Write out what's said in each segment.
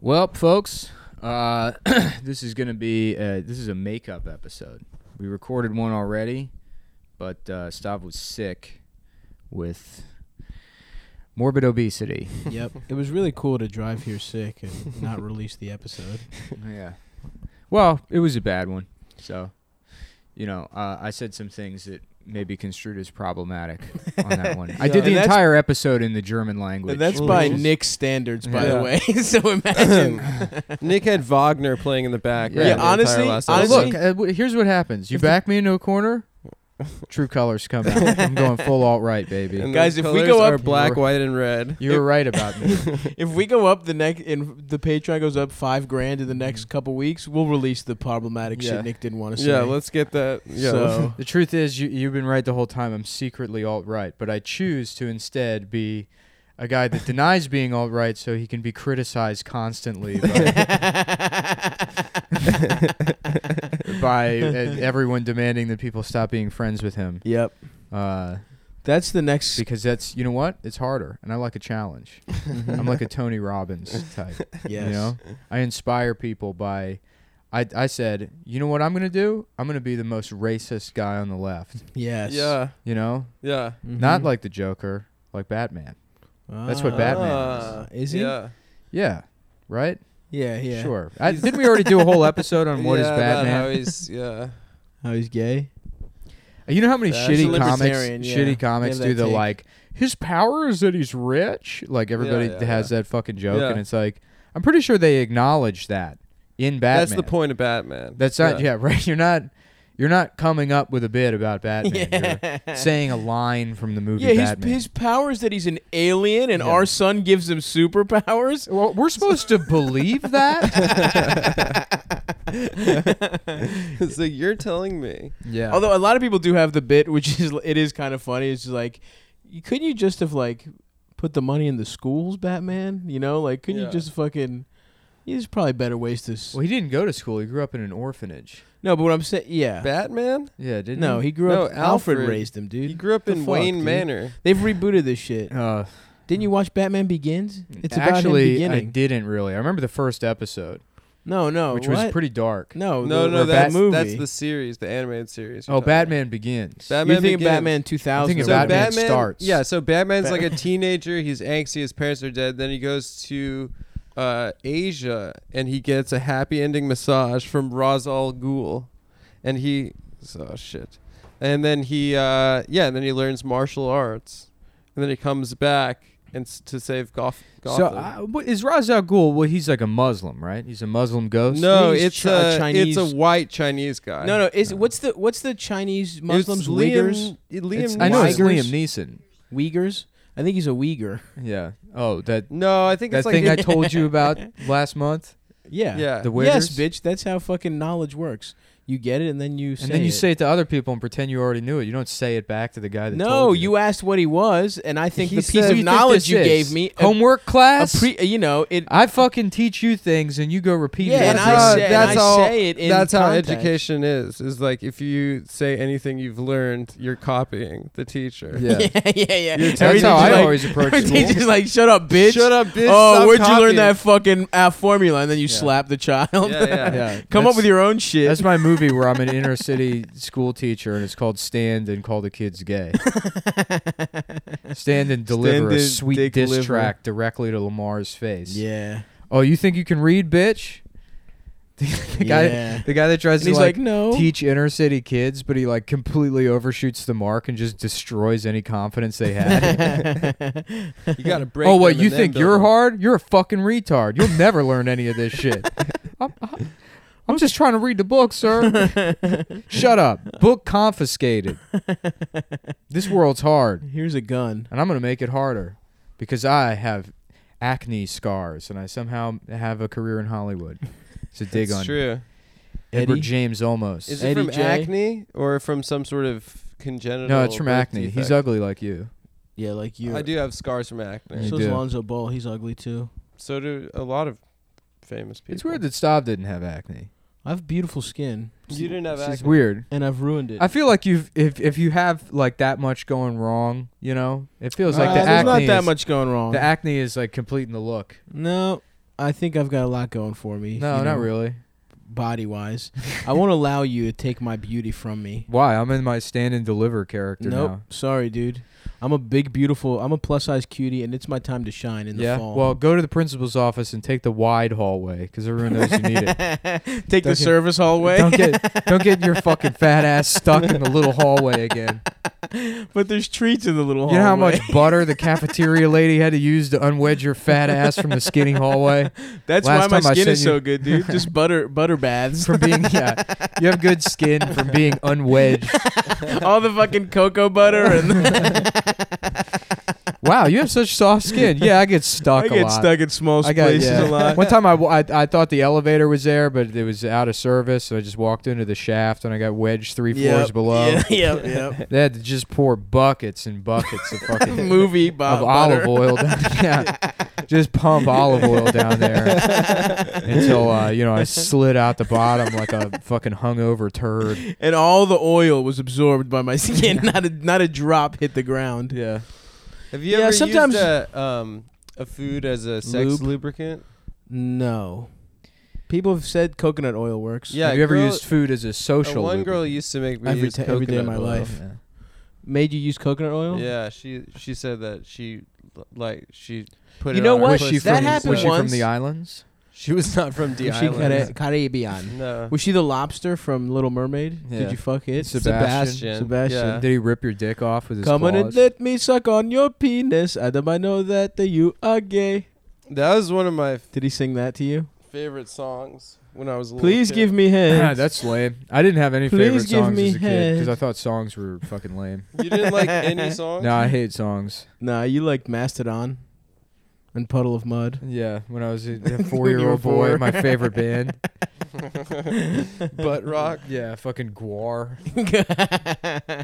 Well, folks, uh, this is gonna be uh, this is a makeup episode. We recorded one already, but uh, Stav was sick with morbid obesity. yep. It was really cool to drive here sick and not release the episode. yeah. Well, it was a bad one. So, you know, uh, I said some things that may be construed as problematic on that one. I Yeah. did And the that's- entire episode in the German language. And that's Ooh. by Nick's standards, by the Yeah. way. so imagine. Nick had Wagner playing in the background. Yeah, the honestly- entire last But honestly- episode. look, uh, w- here's what happens. You back me into a corner, true colors come out. I'm going full alt right, baby. And Guys, the if we colors go are up- black, white, and red. You were right about me. if we go up the next, and the Patreon goes up five grand in the next couple weeks, we'll release the problematic Yeah. shit Nick didn't want to say. Yeah, let's get that. Yeah, So- The truth is, you, you've been right the whole time. I'm secretly alt right, but I choose to instead be a guy that denies being alt right so he can be criticized constantly by, by uh, everyone demanding that people stop being friends with him. yep. Uh, That's the next. because that's, you know what? It's harder, and I like a challenge. I'm like a Tony Robbins type. yes. You know, I inspire people by. I, I said, you know what I'm gonna do? I'm gonna be the most racist guy on the left. Yes. Mm-hmm. yeah, You know, yeah. not like the Joker, like Batman. that's what Batman is. Ah, is. Is he? Yeah. Yeah, right. Yeah. Yeah. Sure. I, didn't we already do a whole episode on what is Yeah, about How Batman? he's, yeah. How Oh, he's gay. You know how many That's shitty Uh, a comics, libertarian, yeah. shitty comics They have do that the take. like. His power is that he's rich. Like everybody yeah, has that fucking joke, Yeah. and it's like I'm pretty sure they acknowledge that in Batman. That's the point of Batman. That's not yeah. right. You're not you're not coming up with a bit about Batman. You're saying a line from the movie Yeah, his, Batman. his powers that he's an alien and Yeah. our son gives him superpowers. well, we're supposed to believe that. so you're telling me. yeah. Although a lot of people do have the bit, which is it is kind of funny. It's just like, you- couldn't you just have like put the money in the schools, Batman? You know, like couldn't Yeah. you just fucking? There's probably better ways to. s well, he didn't go to school. He grew up in an orphanage. no, but what I'm saying, yeah, Batman? Yeah, didn't no, he? he grew No, up. Alfred, Alfred. raised him, dude. He grew up The in fuck, Wayne dude? Manor. They've rebooted this shit. Uh, Didn't you watch Batman Begins? It's about actually, him I beginning. didn't really. I remember the first episode, no, no, which what? was pretty dark. No, No, Oh, the, no, the that's, movie. that's the series, the animated series. you're oh, talking about. Batman Begins. Bat- You're Batman thinking Begins. Batman 2000. I'm thinking or So whatever. Batman starts. Yeah, so Batman's like a teenager. He's angsty. His parents are dead. Then he goes to uh, Asia and he gets a happy ending massage from Ra's al Ghul, and he oh shit, and then he uh, yeah, and then he learns martial arts, and then he comes back and s- to save Goth- so, Gotham. uh, what, is Ra's al Ghul? Well, he's like a Muslim, right? He's a Muslim ghost. no, he's it's Chi- a Chinese- it's a white Chinese guy. No, no. Is what's the what's the Chinese It's Muslims Uyghurs? Liam, Liam It's- I know it's Neeson. Liam Neeson. Uyghurs? I think he's a Uyghur. Yeah. Oh, that No, I think that it's like thing I told you about last month. Yeah. Yeah. The Yes, Uyghurs? bitch. That's how fucking knowledge works. You get it, and then you say and then you it. say it to other people and pretend you already knew it. You don't say it back to the guy that no. told you. You asked what he was, and I think He the said- piece What do of you think knowledge this you is? gave me a- homework a class. pre, uh, you know it. I fucking teach you things and you go repeat Yeah, it. and after me. I say- and I say it in that's how context. education is. Is like if you say anything you've learned, you're copying the teacher. Yeah. yeah, yeah, yeah. You're That's Everything's how I like- always approach school. Teacher's like, shut up, bitch. Shut up, bitch. Oh, Stop where'd you learn copying. that fucking uh, formula? And then you Yeah. slap the child. Yeah, yeah. Yeah, Come that's- up with your own shit. That's my movie where I'm an inner city school teacher, and it's called Stand and Call the Kids Gay. Stand and deliver Stand a and sweet dick diss deliver. track directly to Lamar's face. yeah. Oh, you think you can read, bitch? the guy, Yeah. the guy that tries And to he's like, no. teach inner city kids, but he like completely overshoots the mark and just destroys any confidence they had. You gotta break. oh, what them you and then think build you're them. hard? You're a fucking retard. You'll never learn any of this shit. I'm, I'm- I'm just trying to read the book, sir. Shut up. Book confiscated. This world's hard, Here's a gun. and I'm gonna make it harder because I have acne scars, and I somehow have a career in Hollywood. It's a dig It's on true. Edward Eddie? James almost. Is Eddie it from J. acne or from some sort of congenital? no, it's from birth acne. defect? He's ugly like you. Yeah, like you. I do have scars from acne. You So does do. Lonzo Ball. He's ugly too. So do a lot of famous people. It's weird that Stav didn't have acne. I have beautiful skin, you didn't have This is acne. weird. and I've ruined it. I feel like you've if if you have like that much going wrong, you know, it feels like Uh, the there's acne. not that is, much going wrong. The acne is like completing the look. no, I think I've got a lot going for me. No, you not know, really. Body wise, I won't allow you to take my beauty from me. Why? I'm in my stand and deliver character nope. now. Sorry, dude. I'm a big, beautiful. I'm a plus size cutie, and it's my time to shine in the yeah. fall. Well, go to the principal's office and take the wide hallway because everyone knows you need it. Take the get- service hallway. Don't get don't get your fucking fat ass stuck in the little hallway again. but there's treats in the little You know how hallway. much butter the cafeteria lady had to use to unwedge your fat ass from the skinny hallway That's last why time I my skin is sent you- so good, dude. Just butter butter baths. from being yeah. You have good skin from being unwedged. All the fucking cocoa butter and Wow, you have such soft skin. Yeah, I get stuck I a get lot. stuck in small I got places yeah. a lot. One time I, w- I I thought the elevator was there, but it was out of service, so I just walked into the shaft and I got wedged three floors Yep, below. Yep, yep, They had to just pour buckets and buckets of yep. fucking Movie of Bob olive oil. Down, yeah, just pump olive oil down there until uh, you know I slid out the bottom like a fucking hungover turd. and all the oil was absorbed by my skin. Not a not a drop hit the ground. Yeah, Have you Yeah, ever sometimes- used a, um, a food as a sex Lube? lubricant? No. People have said coconut oil works. Yeah, Have you ever girl- used food as a uh, social? one lubricant? girl used to make me Every use ti- every day of coconut my oil. life. Made you use coconut oil? Yeah, she she said that she like she put. You it know on her what? Was pussy. she That from, happened was she from once. the islands? She was not from the Was she island. Cara- Caribbean? No. Was she the lobster from Little Mermaid? Yeah. Did you fuck it? Sebastian. Sebastian. Yeah. Did he rip your dick off with his Come on and claws? let me suck on your penis. Adam, I know that uh, you are gay. That was one of my f- Did he sing that to you? favorite songs when I was a little Please kid. give me Ah, head. that's lame. I didn't have any Please favorite give songs me as a kid because I head. thought songs were fucking lame. You didn't like any songs? no, I hate songs. nah, you liked Mastodon and Puddle of Mud. Yeah, when I was a When you were four-year-old boy, four. my favorite band. Butt rock. Yeah, fucking Guar.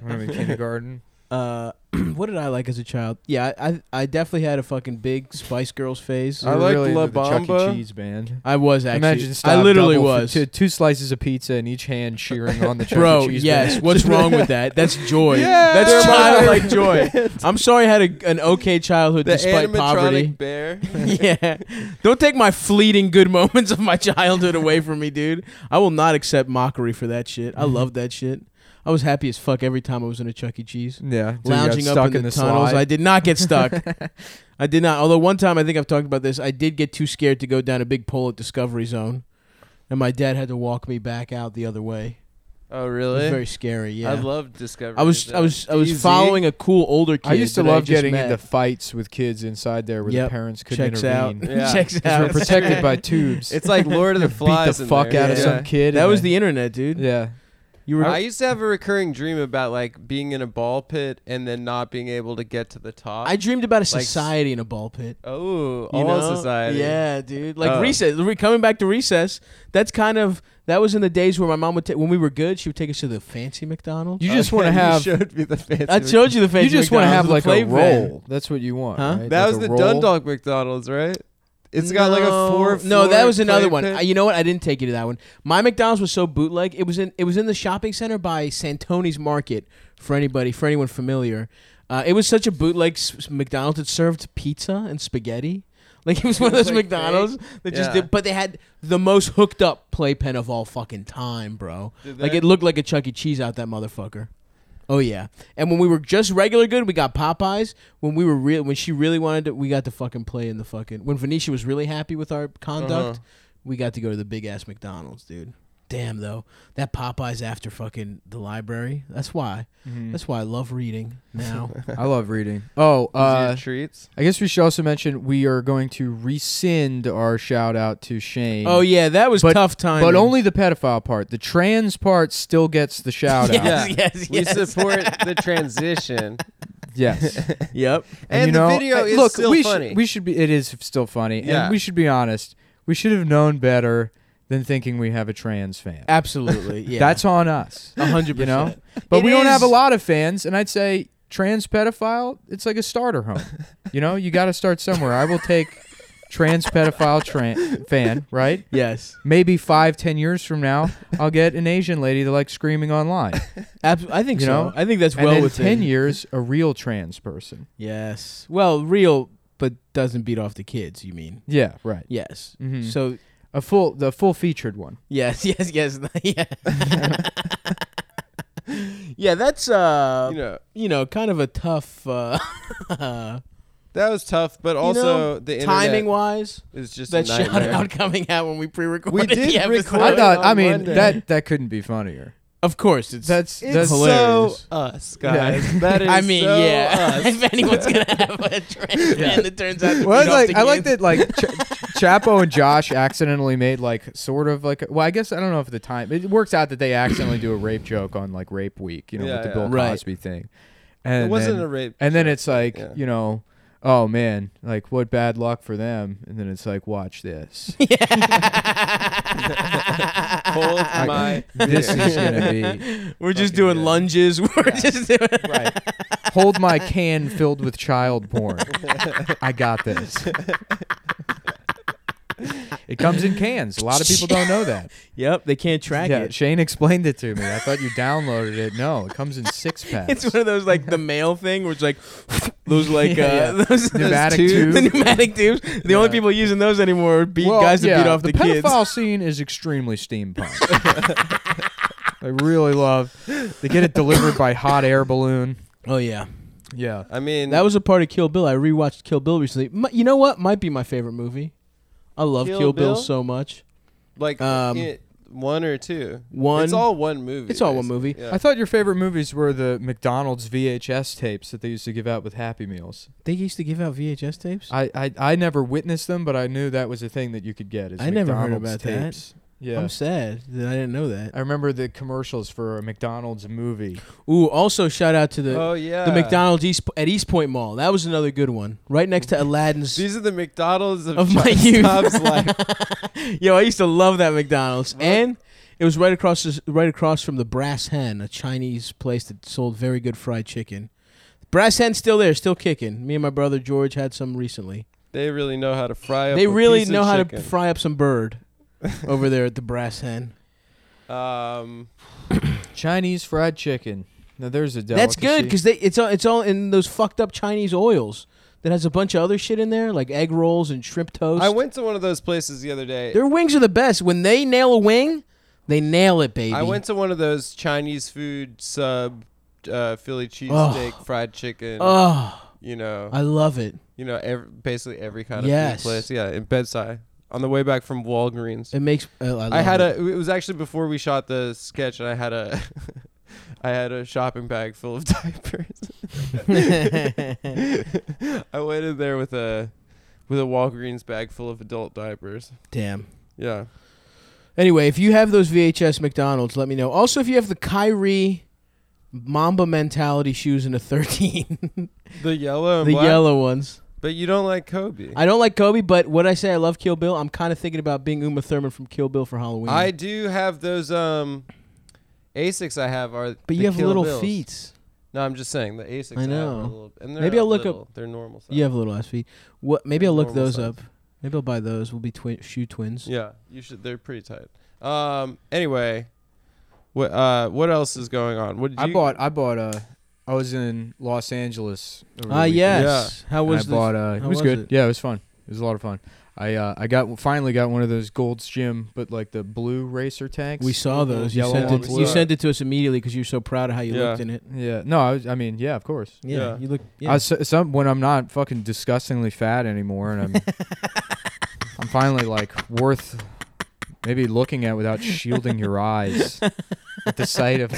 when I'm in kindergarten. uh, what did I like as a child? Yeah, I, I I definitely had a fucking big Spice Girls phase. I We were liked really La into the Chuck Bamba. E. Cheese band. I was actually. Imagine I stop literally double for was. two, two slices of pizza in each hand, cheering on the Chuck E. Bro, Cheese yes. band. What's wrong with that? That's joy. Yeah, That's they're my childlike joy. I'm sorry I had a, an okay childhood The despite animatronic poverty. bear. yeah. Don't take my fleeting good moments of my childhood away from me, dude. I will not accept mockery for that shit. I love that shit. I was happy as fuck every time I was in a Chuck E. Cheese. Yeah, so you got Lounging stuck up in, the, slide. tunnels. I did not get stuck. I did not. Although one time I think I've talked about this, I did get too scared to go down a big pole at Discovery Zone. And my dad had to walk me back out the other way. Oh, It really? was very scary, yeah. I love Discovery. I was I Zone. was I was Easy. following a cool older kid. I used to that love just getting met. into fights with kids inside there where Yep. the parents couldn't checks out. intervene. Yeah. Checks Because out. we're protected by tubes. It's like Lord of the beat Flies. the in fuck there. out of Yeah. some kid. That and was then- the internet, dude. yeah. You were I used to have a recurring dream about like being in a ball pit and then not being able to get to the top. I dreamed about a Like- society in a ball pit. oh, you all know? society. Yeah, dude. Like Oh. recess. Re- coming back to recess. That's kind of that was in the days where my mom would take when we were good. She would take us to the fancy McDonald's. You just want to You have. showed me the fancy. I showed you the fancy. You just want want to have like a roll. That's what you want. Huh? right? That Like was a the roll. Dundalk McDonald's, right? It's got like a four. No, that floor was another clay one. pit. I, you know what? I didn't take you to that one. My McDonald's was so bootleg. It was in it was in the shopping center by Santoni's Market for anybody for anyone familiar. Uh, it was such a bootleg s- s- McDonald's that served pizza and spaghetti. Like it was one of was, those like, McDonald's that just Yeah. did, but they had the most hooked up playpen of all fucking time, bro. Did Like they? it looked like a Chuck E. Cheese out that motherfucker. Oh yeah. And when we were just regular good, we got Popeyes. When we were real, when she really wanted to, we got to fucking play in the fucking. When Venetia was really happy with our conduct, Uh-huh. we got to go to the big ass McDonald's, dude. Damn though, that Popeyes after fucking the library. That's why. Mhm. Mm. That's why I love reading now. I love reading. Oh, Was it uh, treats. I guess we should also mention we are going to rescind our shout out to Shane. oh yeah, that was But- tough time. But only the pedophile part. The trans part still gets the shout out. Yeah. Yes, yes, We yes. support the transition, Yes. Yep. and, you the know, video I- is look, still we funny. Should, we should be. It is still funny, Yeah. and we should be honest. We should have known better than thinking we have a trans fan. Absolutely. Yeah. That's on us. hundred You know, percent. but It we don't have a is- lot of fans, and I'd say trans pedophile. It's like a starter home. you know, you got to start somewhere. I will take trans pedophile tran fan. Right? Yes. Maybe five, ten years from now, I'll get an Asian lady that likes screaming online, Abs- I think You so. know? I think that's and well then within. ten years, a real trans person. Yes. Well, real but doesn't beat off the kids. You mean? Yeah, right. Yes. Mm-hmm. Mhm. So a full the full featured one. yes, yes, yes, yeah. yeah, that's uh, you know, you know, kind of a tough uh, timing that was tough, but also know, the internet wise. is just That a shout nightmare. out coming out when we pre-recorded. We did the episode. record- I thought. on I mean, Monday. that that couldn't be funnier. of course, it's That's It's that's so us, guys. That is I mean, so yeah. us. if anyone's gonna have a trend, Yeah. and it turns out, to Well, I beat was off like the I like kids. that like Ch- Chapo and Josh accidentally made like sort of like well I guess I don't know if the time it works out that they accidentally do a rape joke on like Rape Week you know Yeah, with the yeah. Bill Right. Cosby thing. And it wasn't then, a rape. and then it's like Yeah. you know oh man like what bad luck for them and then it's like watch this Hold I- my. this beer. is gonna be We're just Fucking doing good. lunges. We're just doing. right hold my can filled with child porn I got this it comes in cans a lot of people don't know that Yep, they can't track yeah, it. Shane explained it to me. I thought you downloaded it. No, it comes in six packs. It's one of those like the mail thing, where it's like those like Yeah, uh, yeah. those those Pneumatic tubes- tube. The pneumatic tubes. The only Yeah. people using those anymore are beat Well, guys that yeah, beat off the, kids. pedophile scene is extremely steampunk. I really love. They get it delivered by hot air balloon. Oh yeah, Yeah, I mean, that was a part of Kill Bill. I rewatched Kill Bill recently. Mi- you know what? Might be my favorite movie. I love Kill, Kill Bill? Bill? so much. like um, it- one or two. One. It's all one movie. It's all one movie. basically. Yeah. I thought your favorite movies were the McDonald's VHS tapes that they used to give out with Happy Meals. they used to give out VHS tapes. I I, I never witnessed them, but I knew that was a thing that you could get. Is I never heard McDonald's about that. tapes. Yeah, I'm sad that I didn't know that. I remember the commercials for a McDonald's movie. Ooh, also shout out to the oh yeah. the McDonald's East, at East Point Mall. That was another good one, right next to Aladdin's. These are the McDonald's of, Of my Chuck youth. Stobbs' life. Yo, I used to love that McDonald's, and it was right across this- right across from the Brass Hen, a Chinese place that sold very good fried chicken. Brass Hen's still there, still kicking. Me and my brother George had some recently. They really know how to fry up. They a really piece of know how to chicken. fry up some bird over there at the Brass Hen. um, Chinese fried chicken. Now there's a That's delicacy. good because it's all, it's all in those fucked up Chinese oils that has a bunch of other shit in there, like egg rolls and shrimp toast. I went to one of those places the other day. Their wings are the best. When they nail a wing, they nail it, baby. I went to one of those Chinese food sub uh, Philly Ugh. cheesesteak fried chicken. Oh, you know, I love it. you know, ev basically every kind of Yes. food place. Yeah, in Bedside on the way back from Walgreens. It makes. uh, I, love I had it. a. It was actually before we shot the sketch, and I had a. I had a shopping bag full of diapers. I went in there with a, with a Walgreens bag full of adult diapers. Damn. Yeah. Anyway, if you have those VHS McDonald's, let me know. Also, if you have the Kyrie Mamba mentality shoes in a 13, The yellow and the black. yellow ones. But you don't like Kobe. I, I don't like Kobe, but what I say I love Kill Bill, I'm kind of thinking about being Uma Thurman from Kill Bill for Halloween. do have those um Asics I have are but the you have Kill little Bills. feet. No, I'm just saying the Asics I I, have know. are little, and they're Maybe not I'll look up- little, They're normal size. You have little ass feet. What? Maybe They're I'll look normal those size. up. Maybe I'll buy those. We'll be twi- shoe twins. Yeah, you should they're pretty tight. Um anyway, what uh what else is going on? What did I you bought. I bought a. I was in Los Angeles. over the Ah, weekend, yes. How and was I the? bought. Uh, it was, how was good. it? Yeah, it was fun. It was a lot of fun. I uh, I got finally got one of those Gold's Gym, but like the blue racer tanks. we saw those. You Yellow sent, and it, blue. you sent it to us immediately because you were so proud of how you Yeah. looked in it. Yeah. No, I was. I mean, yeah, of course. Yeah, Yeah. you look. I Yeah. was, some when I'm not fucking disgustingly fat anymore, and I'm I'm finally like worth maybe looking at without shielding your eyes at the sight of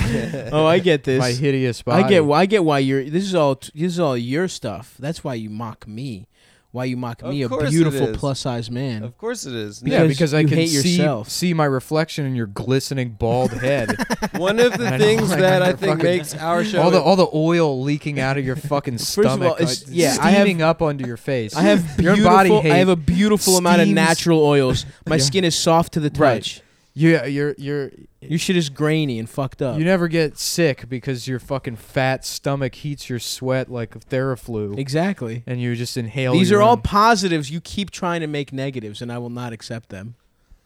oh, I get this. my hideous body. I get. why I get why you're. This is all. This is all your stuff. That's why you mock me. Why you mock Of me, a course it beautiful is. plus size man. Of course it is. Yeah, because I you can hate see yourself. see my reflection in your glistening bald head. One of I the know, things like, that I you're think fucking- makes our show all the all the oil leaking out of your fucking of stomach, all, it's- uh, yeah, I have- steaming up onto your face. I have your beautiful. body hate. I have a beautiful amount of steams. natural oils. My Yeah. skin is soft to the Right. touch. you you're you're Your shit is grainy and fucked up. you never get sick because your fucking fat stomach heats your sweat like Theraflu, exactly. and you just inhale. These your are all own- positives. You keep trying to make negatives, and I will not accept them.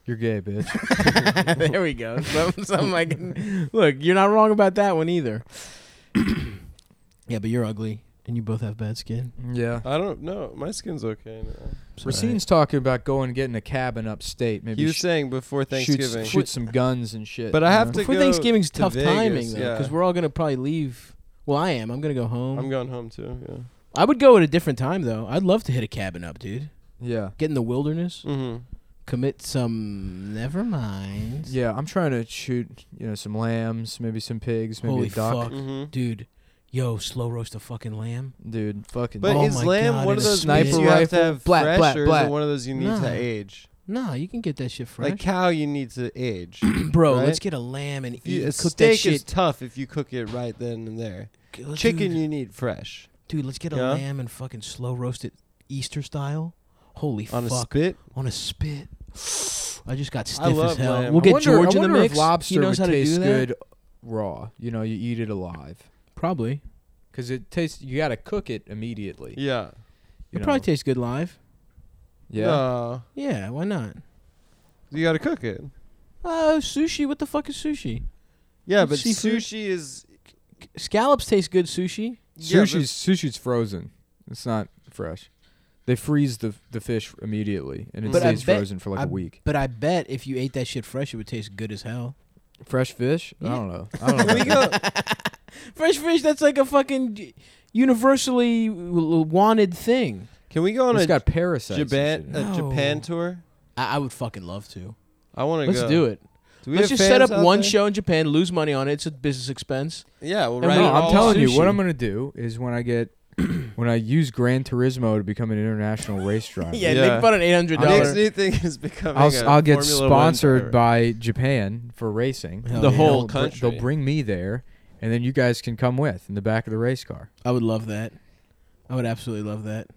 you're gay, bitch. there we go. Something, something I can- look, you're not wrong about that one either. yeah, but you're ugly. and you both have bad skin. Yeah. Uh, I don't know. My skin's okay now. It's Racine's talking about going and getting a cabin upstate. Maybe He was sh- saying before Thanksgiving. Shoot, shoot some guns and shit. But I you have know? alright. to Before go Thanksgiving's to tough timing Vegas, though, yeah. because we're all gonna probably leave. Well, I am. I'm gonna go home. I'm going home too. Yeah. I would go at a different time though. I'd love to hit a cabin up, dude. Yeah. Get in the wilderness. Mm-hmm. Commit some. Never mind. Yeah, I'm trying to shoot, you know, some lambs, maybe some pigs, maybe Holy a duck. fuck, Mhm. dude. Oh Yo, slow roast a fucking lamb. Dude, fucking But Oh is my lamb God, one it is of those sniper meats you have to rifle, have blat, fresh, blat, or is blat. it one of those you need Nah. to age? Nah, you can get that shit fresh. Like cow, you need to age. Bro, right? let's get a lamb and eat. You- a cook that steak shit. is tough if you cook it right then and there. G- let's- Chicken, dude, you need fresh dude, let's get a Yeah? lamb and fucking slow roast it Easter style. Holy on a fuck! spit. on a spit. I just got stiff love as hell. lamb. We'll I get wonder, George I in the wonder mix. If lobster he knows would how to taste do that. good raw. You know, you eat it alive Probably. because it tastes. You got to cook it immediately. Yeah. you It know. probably uh, tastes good live. yeah. No, Yeah, why not? you got to cook it. Oh, sushi. What the fuck is sushi? Yeah, It's but seafood. sushi is Scallops taste good sushi. yeah, but- Sushi's sushi's frozen. It's not fresh. They freeze the the fish immediately, and it But I stays bet- frozen for like I a week. But I bet if you ate that shit fresh, it would taste good as hell. Fresh fish? Yeah. I don't know. I don't know. we go. Fresh fish, that's like a fucking universally wanted thing. Can we go on it's a got parasites. and Japan shit in it. a No. Japan tour? I, I would fucking love to. I want to go. Let's do it. Do we Let's have just set fans up out one there? show in Japan, lose money on it. It's a business expense. Yeah, well, And right. we- No, all I'm telling you, what sushi. I'm gonna do is when I get when I use Gran Turismo to become an international race driver. Yeah, Yeah. make fun of eight hundred Nick's dollars. new thing is becoming. I'll, s- a I'll get Formula One driver. sponsored by Japan for racing. Hell They'll The whole br- country. They'll bring me there, and then you guys can come with in the back of the race car. I would love that. I would absolutely love that.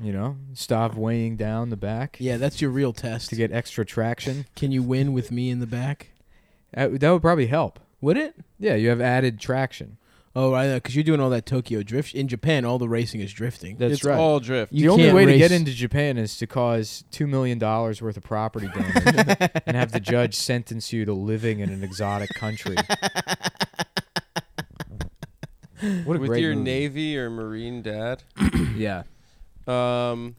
You know, stop weighing down the back Yeah, that's your real test. to get extra traction. Can you win with me in the back? That, that would probably help. Would it? Yeah, you have added traction. Oh, right, because you're doing all that Tokyo drift. In Japan, all the racing is drifting. That's it's right. all drift. You the only can't way to race- get into Japan is to cause two million dollars worth of property damage and have the judge sentence you to living in an exotic country. What a with great your movie. Navy or Marine dad. Yeah, Um,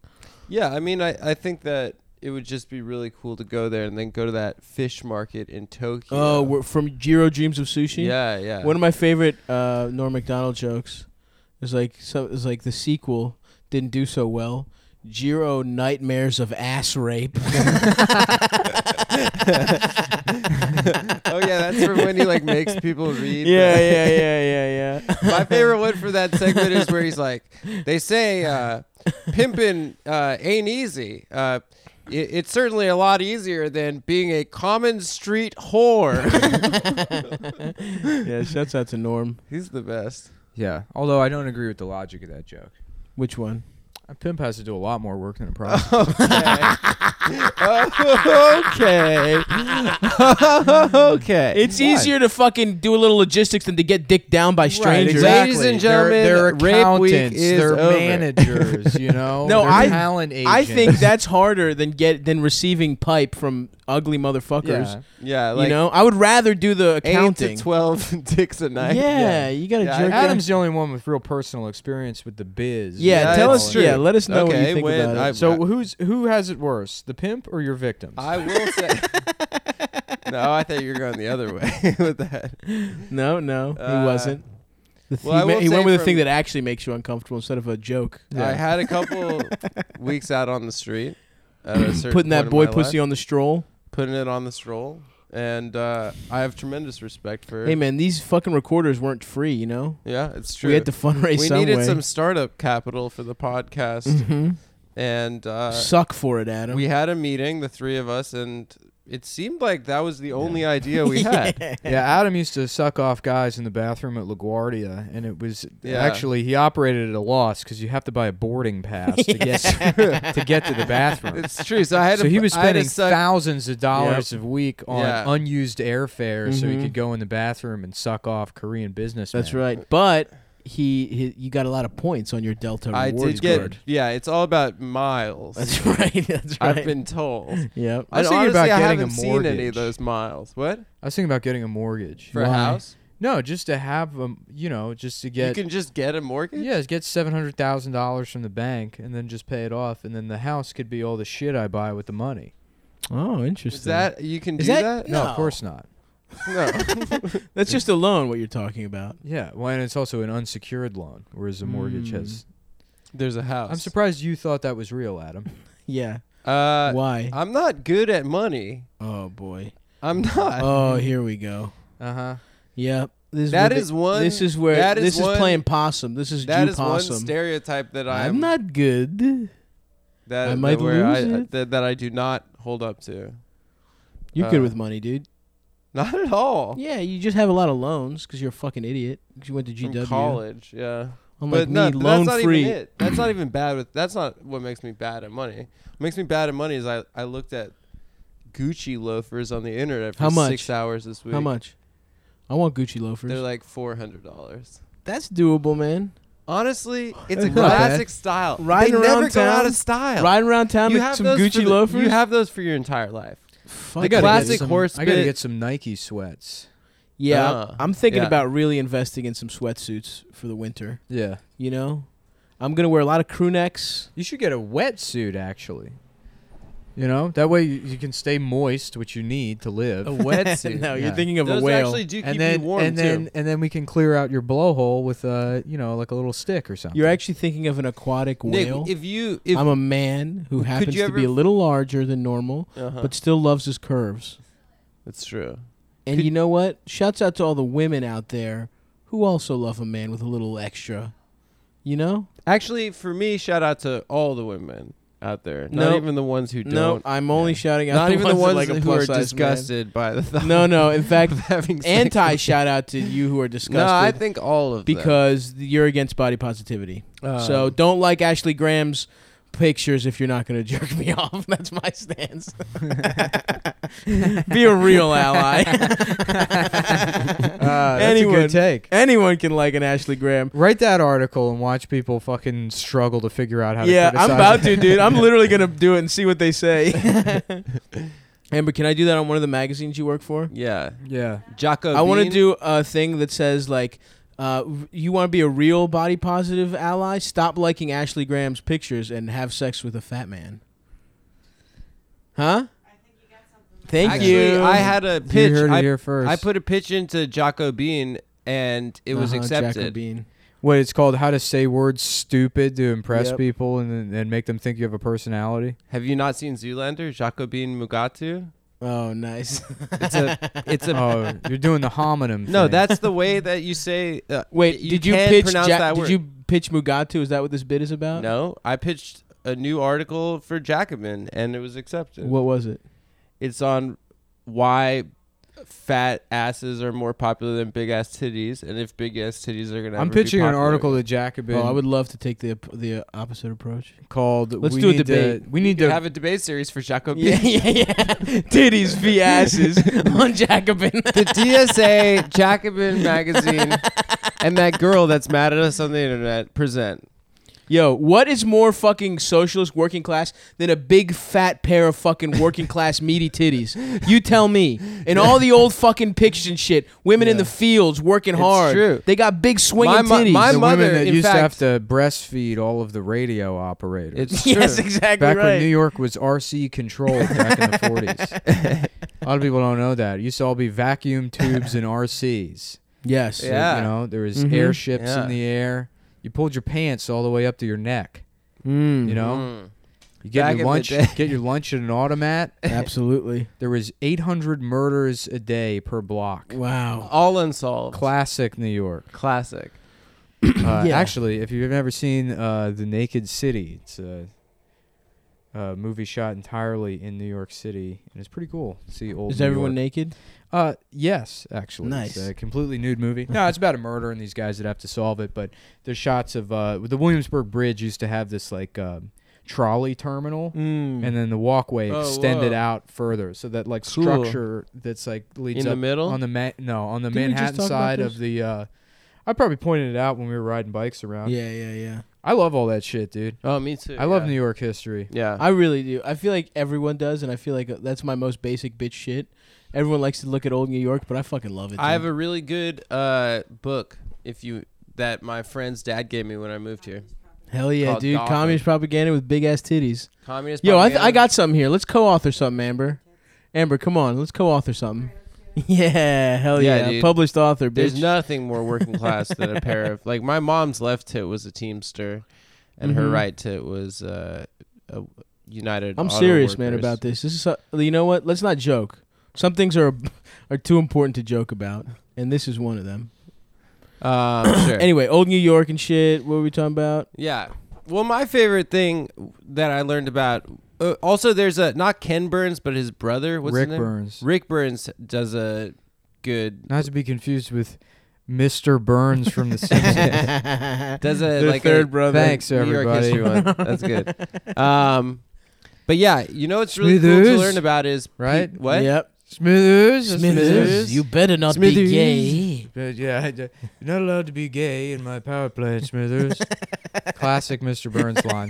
yeah, I mean, I, I think that it would just be really cool to go there and then go to that fish market in Tokyo. Oh, we're from Jiro Dreams of Sushi. yeah, yeah. One of my favorite uh, Norm Macdonald jokes is like so is like the sequel didn't do so well. Jiro nightmares of ass rape. oh yeah, that's from when he like makes people read. the- yeah, yeah, yeah, yeah. My favorite one for that segment is where he's like, "They say uh, pimping uh, ain't easy. Uh, i it's certainly a lot easier than being a common street whore." yeah, shouts out to Norm. he's the best. yeah. Although I don't agree with the logic of that joke. Which one? A pimp has to do a lot more work than a prostitute. Okay. okay. okay. It's Why? easier to fucking do a little logistics than to get dicked down by strangers. exactly. Ladies and gentlemen, they're, rape week accountants, is they're over. managers. You know, No, they're I- talent agents. I think that's harder than get than receiving pipe from ugly motherfuckers. Yeah. Yeah, like you know, I would rather do the eight accounting. to twelve dicks a yeah, night. you got to Yeah, jerk. Adam's the only one with real personal experience with the biz. Yeah, Yeah, tell it's us. true. Yeah, let us know what Okay, you think when about I- it. So who's who has it worse, the pimp or your victims? I will say. no, I thought you were going the other way with that. No, no, he Uh, wasn't. The well, I he ma- will he say went with a from- thing that actually makes you uncomfortable instead of a joke. I had a couple weeks out on the street. At a certain Putting that point in boy my pussy life, on the stroll. putting it on the stroll, and uh, I have tremendous respect for. Hey man, these fucking recorders weren't free. You know, yeah, it's true. we had to fundraise We some needed way. some startup capital for the podcast, Mhm. and uh, Suck for it, Adam. we had a meeting, the three of us, and it seemed like that was the only idea we had. yeah, Adam used to suck off guys in the bathroom at LaGuardia, and it was Yeah. actually he operated at a loss because you have to buy a boarding pass to get to get to the bathroom. It's true. So I had so to, he was I had to spending suck- thousands of dollars a week on Yeah. unused airfare so he Mhm. could go in the bathroom and suck off Korean business. That's right. But he, he, you got a lot of points on your Delta I rewards did get. card. Yeah, it's all about miles. That's right. That's right. I've been told. Yep. I was And thinking honestly, about I getting a haven't seen any mortgage. of those miles. What I was thinking about getting a mortgage. for a Why? house? No, just to have them, you know, just to you get can just get a mortgage. yeah, get seven hundred thousand dollars from the bank and then just pay it off, and then the house could be all the shit I buy with the money. Oh, interesting. Is that you can Is do that- that? No, No. of course not. No. that's just a loan? What you're talking about? Yeah, well, and it's also an unsecured loan, whereas a mortgage has. There's a house. I'm surprised you thought that was real, Adam. Yeah. Uh, Why? I'm not good at money. oh boy. I'm not. Oh, here we go. Uh Uh-huh. huh. Yep. This That where is one- This is where. that is this one- is playing possum. This is that Jew is possum. one stereotype that I'm, I'm, not good. I That, that might where I, lose it. That, that I do not hold up to. You're good Uh, with money, dude. Not at all. Yeah, you just have a lot of loans because you're a fucking idiot. 'cause you went to From GW. college, yeah. I'm but like no, me, but loan that's not free. even it. That's not even bad. With that's not what makes me bad at money. What makes me bad at money is I, I looked at Gucci loafers on the internet for How much? six hours this week. How much? I want Gucci loafers. They're like four hundred dollars. That's doable, man. Honestly, it's a Not bad. classic style. Riding they around never go out town. of style. Riding around town you with have some those for Gucci the- loafers. You have those for your entire life. Fuck I yeah. gotta get Classic some, horse I gotta bit. get some Nike sweats. Yeah, Uh, I'm thinking yeah. about really investing in some sweatsuits for the winter. Yeah. You know, I'm gonna wear a lot of crew necks. You should get a wetsuit, actually. You know, that way you, you can stay moist, which you need to live. A wetsuit. no, yeah. you're thinking of those a whale. actually do keep and then, you warm and too. then, and then we can clear out your blowhole with a, you know, like a little stick or something. you're actually thinking of an aquatic Nick, whale. if you if I'm a man who happens you to be ever- a little larger than normal, uh-huh. but still loves his curves. that's true. And Could- you know what? Shouts out to all the women out there who also love a man with a little extra. You know? Actually, for me, shout out to all the women out there. Not No. even the ones who No, don't. I'm only shouting out Not the even ones the ones that like a who are plus size man. disgusted by the thought No, no. In fact, of having sex. anti shout out to you who are disgusted No, I think all of them. because you're against body positivity. Uh, Um, so don't like Ashley Graham's pictures if you're not going to jerk me off. That's my stance. Be a real ally. Ah, that's a Anyone- good take. Anyone can like an Ashley Graham. Write that article and watch people fucking struggle to figure out how to. Yeah, I'm criticize about it. to, dude. I'm literally going to do it and see what they say. Amber, can I do that on one of the magazines you work for? yeah, Yeah, Jocko. I want to Bean? do a thing that says like, uh, r- you want to be a real body positive ally. Stop liking Ashley Graham's pictures and have sex with a fat man. Huh? Thank Actually, you. I had a you pitch. heard it I, here first. I put a pitch into Jocko Bean, and it was Uh-huh, accepted. Jacobin. what it's called: how to say words stupid to impress Yep. people and and make them think you have a personality. Have you not seen Zoolander? Jocko Bean Mugatu. Oh, nice. It's a. It's a. oh, you're doing the homonym. no, thing. that's the way that you say. Uh, Wait, you did you can pitch? pronounce Ja- that did word. you pitch Mugatu? Is that what this bit is uh? about? No, I pitched a new article for Jacobin, and it was accepted. What was it? It's on why fat asses are more popular than big ass titties, and if big ass titties are gonna. I'm ever be pitching an popular. article to Jacobin Oh, I would love to take the the opposite approach. called Let's we do a need to- debate. we need You to have a debate series for Jacobin. Yeah, yeah, yeah. Titties v asses on Jacobin. the DSA, Jacobin magazine, and that girl that's mad at us on the internet present. Yo, what is more fucking socialist working class than a big fat pair of fucking working class meaty titties? You tell me. In all the old fucking pictures and shit, women in the fields working It's hard. true. They got big swinging My mo- titties. my the mother, women that in used fact- to have to breastfeed all of the radio operators. It's true. yes, exactly back when right. New York was RC controlled back in the 40s. A lot of people don't know that. It used to all be vacuum tubes and RCs. yes. So, Yeah. Mm-hmm. You know, there was Mhm. airships Yeah. in the air. You pulled your pants all the way up to your neck. Mm, You know, Mm. you get Back in the your lunch, day. get your lunch at an automat. absolutely. There was 800 murders a day per block. Wow. all unsolved. Classic New York. Classic. Uh, Yeah. Actually, if you've never seen uh, The Naked City, it's a, a movie shot entirely in New York City, and it's pretty cool. to See old. Is New everyone York. naked? Uh, yes, actually. Nice. It's a completely nude movie. No, it's about a murder and these guys that have to solve it. But there's shots of uh, the Williamsburg Bridge used to have this like um, trolley terminal. Mm. And then the walkway Oh, extended whoa. out further, so that like Cool. structure that's like leads In the up middle? on the Ma- no on the Didn't we just Manhattan talk about side this? of the. Uh, I probably pointed it out when we were riding bikes around. Yeah, yeah, yeah. I love all that shit, dude. Oh, me too. I love yeah. New York history. Yeah. I really do. I feel like everyone does, and I feel like that's my most basic bitch shit. Everyone likes to look at old New York, but I fucking love it. I have dude. a really good uh, book if you that my friend's dad gave me when I moved here. hell yeah, called dude. Gotham. Communist propaganda with big ass titties. Communist. Yo, I, th- I propaganda. got something here. Let's co-author something, Amber. Amber, come on, let's co-author something. Yeah, hell Yeah, yeah, dude. published author, bitch. There's nothing more working class than a pair of like my mom's left tit was a teamster, and her Mhm. right tit was uh, a United. I'm Auto serious, man, Workers. about this. This is so- you know what? Let's not joke. Some things are are too important to joke about, and this is one of them. Um, sure. Anyway, old New York and shit. What were we talking about? Yeah. Well, my favorite thing that I learned about. Uh, also, there's a not Ken Burns, but his brother. What's Rick his name? Burns. Rick Burns does a good. Not to be confused with Mr. Burns from The Simpsons. Does a Their like third a, brother. Thanks, New York everybody. history one. That's good. Um, but yeah, you know what's really cool to Smithers. learn about is pe- Right? what? Yep. Smithers. Smithers, you better not Smithers. be gay. But yeah, I, you're not allowed to be gay in my power plant, Smithers. Classic Mr. Burns line.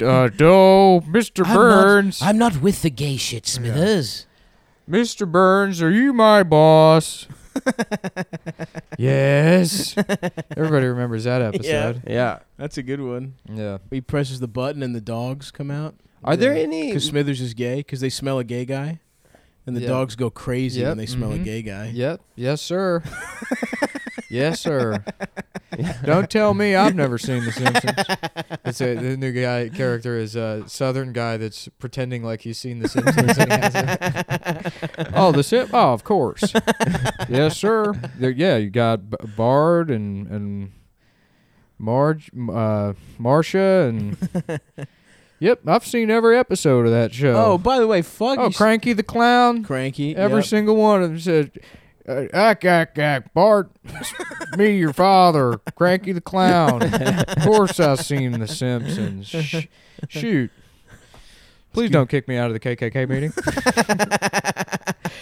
uh, no, Mr. I'm not- Burns. I'm not with the gay shit, Smithers. Mr. Burns, are you my boss? yes. Everybody remembers that episode. Yeah. That's a good one. Yeah. He presses the button and the dogs come out. Are there Yeah. any? Because Smithers is gay, because they smell a gay guy, and the Yeah. dogs go crazy Yep. when they smell a Mhm. gay guy. Yep. Yes, sir. yes, sir. Don't tell me I've never seen The Simpsons. It's a, the new guy character is a southern guy that's pretending like he's seen The Simpsons. and he hasn't. oh, the Sim. Oh, of course. yes, sir. There, yeah, you got B- Bard and and Marge, m- uh, Marcia, and yep, I've seen every episode of that show. Oh, by the way, fuck. oh, you- Cranky the Clown. cranky. Every yep. single one of them said, uh, "Ack, ack, ack, Bart, it's me, your father, Cranky the Clown." of course, I've seen The Simpsons. Sh- shoot. Please don't kick me out of the KKK meeting.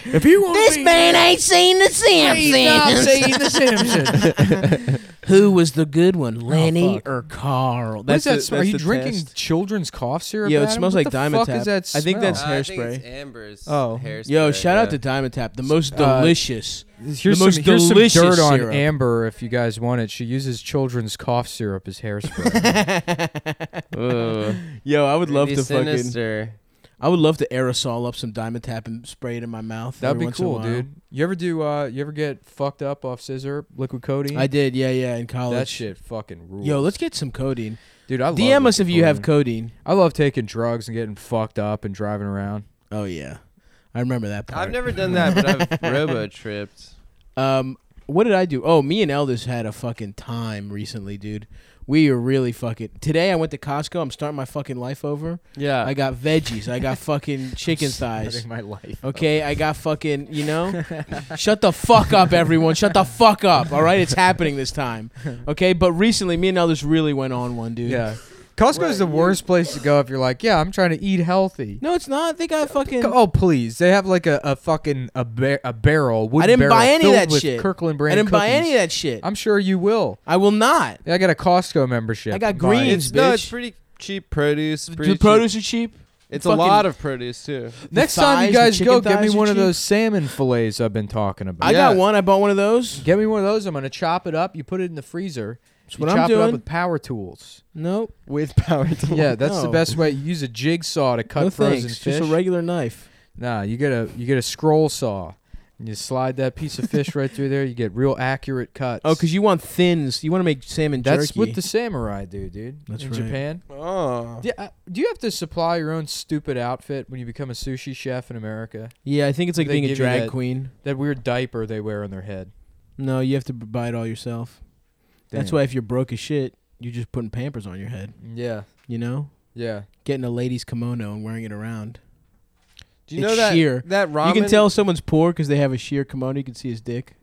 if you want This me, man ain't seen The please not Simpsons. seen The Simpsons. Who was the good one, Lenny fuck. or Carl? What's that? the- smell? Are that's you the drinking test. children's cough syrup? Yo, it Adam? smells What like the Diamond fuck Tap. Is that I think smell? that's Uh, I think it's hairspray. Amber's. Oh. hairspray, Yo, shout out yeah. to Diamond Tap, the most Uh, delicious. Here's the most some, here's some delicious dirt on syrup. Amber if you guys want it. She uses children's cough syrup as hairspray. Ooh. Yo, I would love Pretty to fucking. sinister. I would love to aerosol up some Diamond Tap and spray it in my mouth. That'd every be once in a cool, while. dude. You ever do? uh You ever get fucked up off scissor liquid codeine? I did, yeah, yeah, in college. that shit fucking rules. Yo, let's get some codeine. dude. I love DM us if liquid you have codeine. codeine. I love taking drugs and getting fucked up and driving around. Oh yeah, I remember that part. I've never done that, but I've robo tripped. Um, what did I do? Oh, me and Elders had a fucking time recently, dude. We are really fucking. Today I went to Costco. I'm starting my fucking life over. Yeah. I got veggies. I got fucking chicken thighs. Oh, my life. Okay, I got fucking, you know? Shut the fuck up, everyone. Shut the fuck up. All right, it's happening this time. Okay, but recently me and Elders really went on one, dude. Yeah, Costco's the worst place to go if you're like, yeah, I'm trying to eat healthy. No, it's not. They got fucking. Co- Oh please! They have like a, a fucking a, bar- a barrel. Wood I didn't barrel buy any of filled that with shit. Kirkland I brand. didn't buy any cookies. of that shit. I'm sure you will. I will not. I got a Costco membership. I got I'm buying it. greens. It's, no, bitch. it's pretty cheap produce. pretty The cheap- produce is cheap. It's fucking- a lot of produce too. Next The time you thighs, the guys chicken go, get me thighs are one of cheap. those salmon fillets I've been talking about. I got Yeah. one. I bought one of those. Get me one of those. I'm gonna chop it up. You put it in the freezer. That's you what I'm chop it up doing. with power tools. Nope. With power tools. yeah, that's the No. best way. You use a jigsaw to cut no frozen thanks. fish. Just a regular knife. nah, you get a you get a scroll saw. And you slide that piece of fish right through there. You get real accurate cuts. Oh, because you want thins. You want to make salmon that's jerky. what the samurai do, dude. That's in right. Japan. Oh. Yeah, uh, do you have to supply your own stupid outfit when you become a sushi chef in America? yeah, I think it's like They being a give you drag that- queen. That weird diaper they wear on their head. No, you have to b- buy it all yourself. That's Damn. why if you're broke as shit, you're just putting Pampers on your head. Yeah, You know, yeah. getting a lady's kimono and wearing it around. Do you It's know that sheer. that ramen? You can tell someone's poor because they have a sheer kimono. You can see his dick.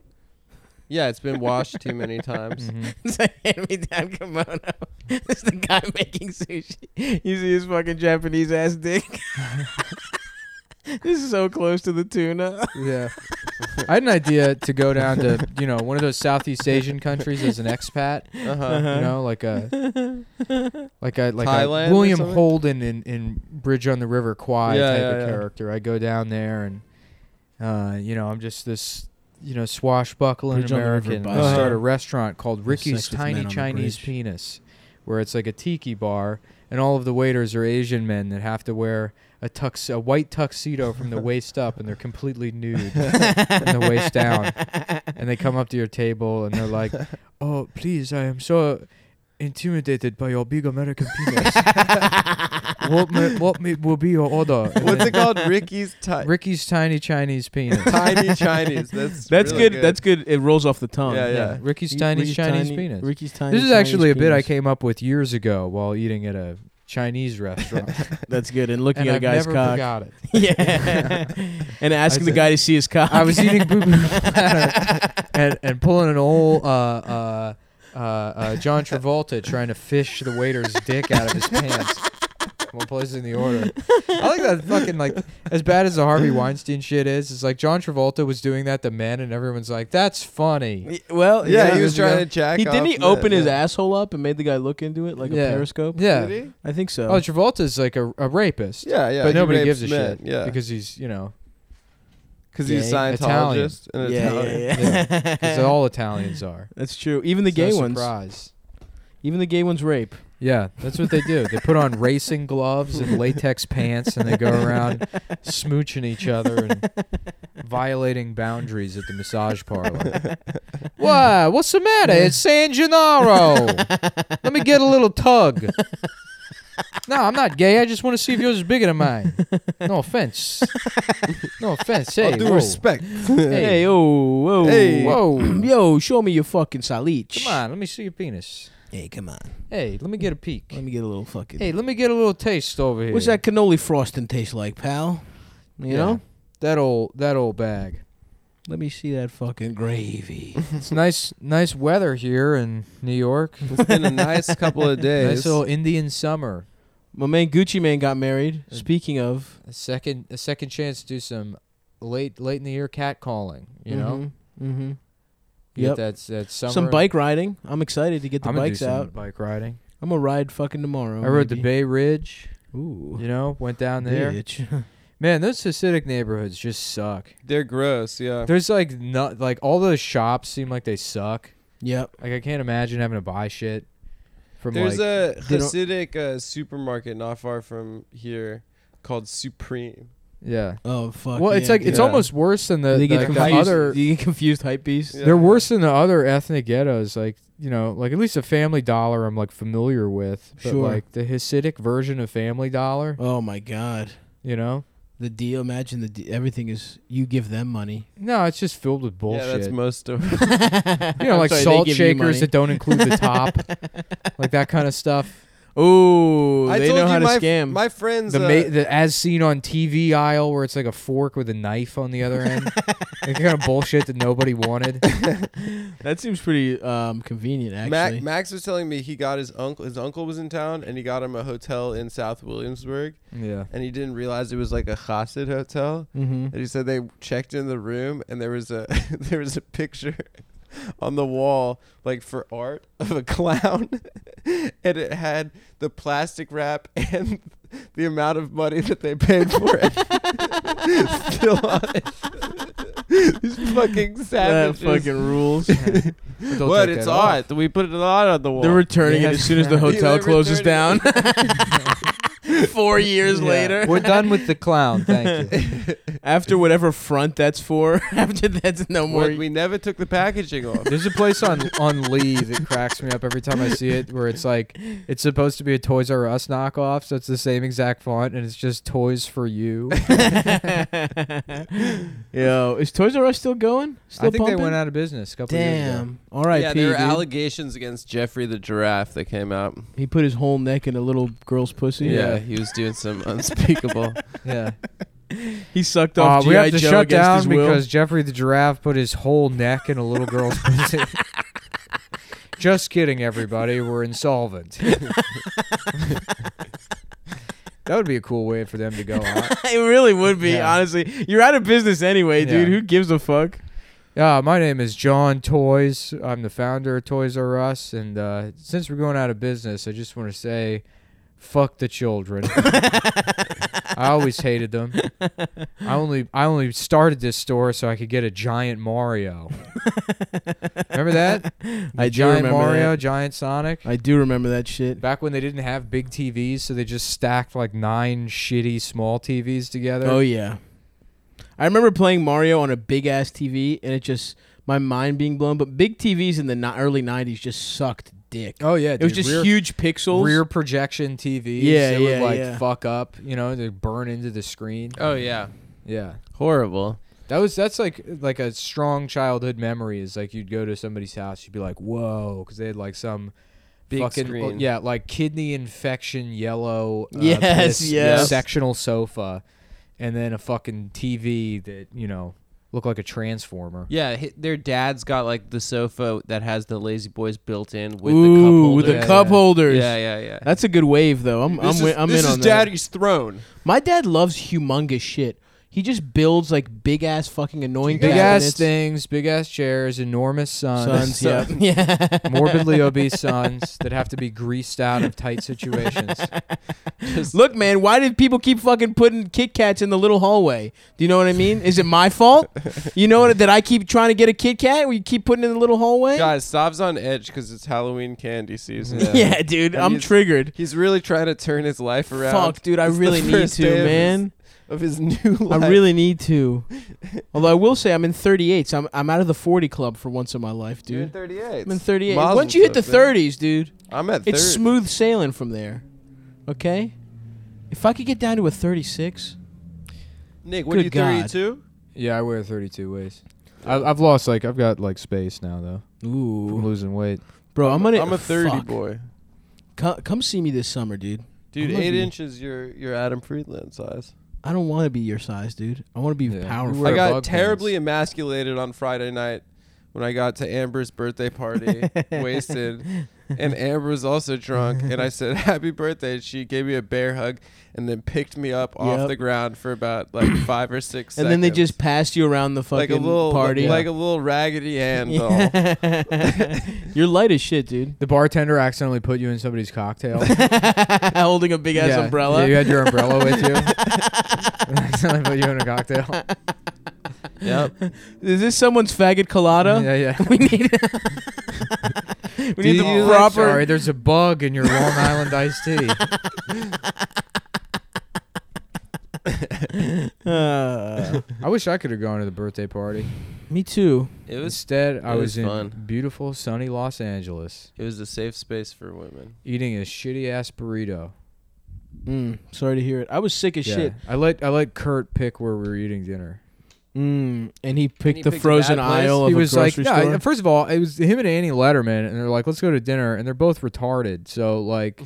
Yeah, it's been washed too many times. Mhm. it's a hand-me-down kimono. it's the guy making sushi. You see his fucking Japanese ass dick. this is so close to the tuna. Yeah. I had an idea to go down to you know one of those Southeast Asian countries as an expat. Uh-huh. You know, like a like a like Thailand a or William something? Holden in in Bridge on the River Kwai Yeah, type yeah, of yeah. character. I go down there and uh, you know I'm just this you know swashbuckling Bridge on the River American. bus. I start a Uh-huh. restaurant called Ricky's sex with men Tiny on the Chinese bridge. Penis, where it's like a tiki bar, and all of the waiters are Asian men that have to wear. A, tux- a white tuxedo from the waist up, and they're completely nude from the waist down and they come up to your table and they're like, "Oh, please, I am so intimidated by your big American penis. what may, what may, will be your order?" And What's then it called? Ricky's ti- Ricky's tiny Chinese penis. tiny Chinese. That's That's really good. That's good. It rolls off the tongue. Yeah, yeah. Ricky's tiny Ricky's Chinese tiny- penis. Ricky's tiny. this is actually a Chinese bit I penis. came up with years ago while eating at a Chinese restaurant, That's good. And looking and at I've a guy's never cock. forgot it. Yeah. and asking the said- guy to see his cock. I was eating boo boo platter and, and pulling an old uh, uh, uh, uh, John Travolta trying to fish the waiter's dick out of his pants while placing the order. I like that fucking like as bad as the Harvey Weinstein shit is. It's like John Travolta was doing that to men, and everyone's like, "That's funny." Y- Well, Yeah, yeah. he was Yeah. trying to jack. He didn't he open his ass? asshole up and made the guy look into it like Yeah. a periscope. Yeah. Did he? I think so. Oh, Travolta's like a, a rapist. Yeah, yeah. but he nobody rapes gives a men, shit. Yeah, because he's you know because he's a Gay. Italian. Scientologist and yeah, Italian. yeah, yeah. because all Italians are. That's true. Even the It's gay no ones. Surprise. Even the gay ones rape. Yeah, that's what they do. They put on racing gloves and latex pants, and they go around smooching each other and violating boundaries at the massage parlor. Why? What's the matter? It's San Gennaro. Let me get a little tug. No, I'm not gay. I just want to see if yours is bigger than mine. No offense. No offense. Hey, All due whoa. respect. Hey, oh, whoa, Hey. whoa, yo, show me your fucking salich. Come on, let me see your penis. Hey, come on. Hey, let me get a peek. Let me get a little fucking. Hey, let me get a little taste over here. what's that cannoli frosting taste like, pal? You Yeah. know. That old that old bag. Let me see that fucking gravy. It's nice, nice weather here in New York. It's been a nice couple of days. Nice little Indian summer. My man Gucci Man got married. Uh, Speaking of, A second, a second chance to do some late, late in the year cat calling. You know, mm-hmm. Yeah, Yep. that's that's summer. some bike riding. I'm excited to get the I'm gonna do bikes some out. Bike riding. I'm gonna ride fucking tomorrow. I rode the maybe. Bay Ridge. Ooh, You know, went down there. bitch. Man, those Hasidic neighborhoods just suck. They're gross. Yeah. There's like not like all those shops seem like they suck. yep. Like I can't imagine having to buy shit from There's like. a they don't- Hasidic uh, supermarket not far from here called Supreme. yeah. Oh fuck. Well, it's yeah, like it's dude. yeah. almost worse than the, Do they get like, the confused? other Do you get confused, hype beast? Yeah. They're worse than the other ethnic ghettos. Like you know, like at least a Family Dollar I'm like familiar with. But Sure. Like the Hasidic version of Family Dollar. Oh my god. You know. The deal. Imagine the deal. Everything is you give them money. No, it's just filled with bullshit. Yeah, that's most stores. you know, like salt shakers that That don't include the top, like that kind of stuff. Ooh, I they told know you how to my, scam. My friends. The, uh, ma- the as seen on TV aisle where it's like a fork with a knife on the other end. the kind of bullshit that nobody wanted. that seems pretty um, convenient, Mac, actually. Max was telling me he got his uncle. His uncle was in town, and he got him a hotel in South Williamsburg, Yeah. and he didn't realize it was like a Chassid hotel. mm-hmm. And he said they checked in the room, and there was a there was a picture on the wall, like for art, of a clown, and it had the plastic wrap and the amount of money that they paid for it still on it. These fucking That savages. fucking rules. They'll But take it's that off. art. We put it art on the wall. They're returning Yeah. it as soon as the Yeah, hotel they're closes down. returning Four years Yeah. later, We're done with the clown. Thank you. after whatever front that's for, after that's no more. we never took the packaging off. There's a place on on Lee that cracks me up every time I see it, where it's like it's supposed to be a Toys R Us knockoff, so it's the same exact font, and it's just Toys for You. Yo, is Toys R Us still going? Still I think they pumping? went out of business a couple years ago. Damn. All right, yeah, there were allegations against Jeffrey the giraffe that came out. He put his whole neck in a little girl's pussy. Yeah, Yeah. he was doing some unspeakable. Yeah, He sucked uh, off we G.I. have to Joe shut against his down will. because Jeffrey the giraffe put his whole neck in a little girl's pussy. Just kidding, everybody. We're insolvent. That would be a cool way for them to go out. it really would be, Yeah. honestly. You're out of business anyway, dude. Yeah. Who gives a fuck? Yeah, my name is John Toys. I'm the founder of Toys R Us, and uh, since we're going out of business, I just want to say, fuck the children. I always hated them. I only I only started this store so I could get a giant Mario. remember that? I do giant remember Mario, that. giant Sonic. I do remember that shit. Back when they didn't have big TVs, so they just stacked like nine shitty small TVs together. Oh yeah. I remember playing Mario on a big ass TV and it just my mind being blown. But big TVs in the ni- early '90s just sucked dick. Oh, yeah, it was dude, just rear- huge pixels. Rear projection TVs. Yeah, that yeah, would like yeah. fuck up. You know, they burn into the screen. Oh yeah, Yeah. horrible. That was that's like like a strong childhood memory is like you'd go to somebody's house you'd be like whoa because they had like some Big fucking oh, screen. yeah like kidney infection yellow uh, Yes, piss yes. sectional sofa and then a fucking TV that you know looked like a transformer Yeah, hi- their dad's got like the sofa that has the Lazy Boys built in with the cup Ooh, holder. with the holders. Yeah, cup yeah. holders. yeah, yeah, yeah. That's a good wave though. I'm I'm, This wi- is- I'm this in is on that. Daddy's throne. My dad loves humongous shit. He just builds like big ass fucking annoying big ass cabinets. things big ass chairs enormous suns, Sons, uh, yeah. yeah. morbidly obese sons that have to be greased out of tight situations Look, man, why did people keep fucking putting Kit Kats in the little hallway? Do you know what I mean? Is it my fault? You know what, that I keep trying to get a Kit Kat? We keep putting it in the little hallway? Guys, Stav's on edge because it's Halloween candy season. Yeah. yeah, dude, And I'm he's triggered. He's really trying to turn his life around. Fuck, dude, I It's the really need first to, day of his- man. Of his new life. I really need to. Although I will say I'm in 38, so I'm, I'm out of the 40 club for once in my life, You're in dude. 38. I'm in 38. Mazel Once you hit the tov, man. 30s, dude, I'm at 30. it's smooth sailing from there. Okay? If I could get down to a 36, Nick, what Good are you, God. 32? yeah I wear 32 waist I, I've lost like I've got like space now though from ooh. losing weight. Bro, I'm gonna. I'm a 30 fuck. boy. Come, come see me this summer, dude. Dude, I'm a- eight inches, you're, you're Adam Friedland size. I don't want to be your size, dude. I want to be Yeah. powerful. Wear I bug got pants. terribly emasculated on Friday night when I got to Amber's birthday party, wasted, and Amber was also drunk. And I said "Happy birthday." and She gave me a bear hug and then picked me up Yep. off the ground for about like five or six. and then they seconds. just passed you around the like fucking a little party. like a little raggedy hand doll. Yeah. You're light as shit, dude. The bartender accidentally put you in somebody's cocktail. Holding a big ass Yeah. umbrella. Yeah, you had your umbrella with you. accidentally put you in a cocktail. Yep. Is this someone's faggot colada? Yeah, yeah. We need. we need Do the you- I'm proper. Sorry, there's a bug in your Long Island iced tea. Uh, I wish I could have gone to the birthday party. me too. It was Instead, I it was, was in fun. beautiful, sunny Los Angeles it was a safe space for women. eating a shitty ass burrito. Mm, sorry to hear it. I was sick as Yeah. shit. I let I let Kurt pick where we were eating dinner. Mm, and he picked he Oh, the picked a frozen bad place. aisle of he a was like, grocery yeah. store. I- First of all, it was him and Annie Letterman, and they're like, let's go to dinner, and they're both retarded. So like,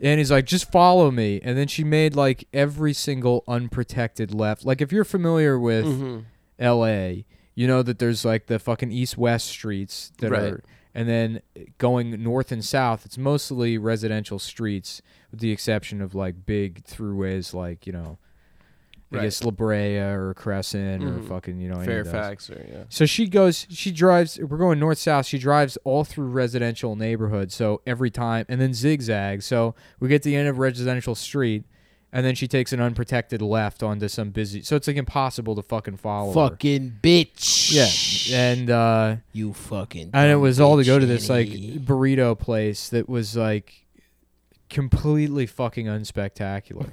and he's like, just follow me, and then she made like every single unprotected left. Like if you're familiar with Mm-hmm. L.A., you know that there's like the fucking east-west streets that Right. are, and then going north and south, it's mostly residential streets, with the exception of like big throughways, like you know. I Right. guess La Brea or Crescent or Mhm. fucking you know any of those. Fairfax, or yeah. So she goes, she drives, we're going north south. She drives all through residential neighborhood. So every time, and then zigzag. So we get to the end of residential street, and then she takes an unprotected left onto some busy. So it's like impossible to fucking follow. her. fucking bitch. Yeah. And, uh, You fucking. and it dumb was all to bitch, go to this like Annie. burrito place that was like completely fucking unspectacular.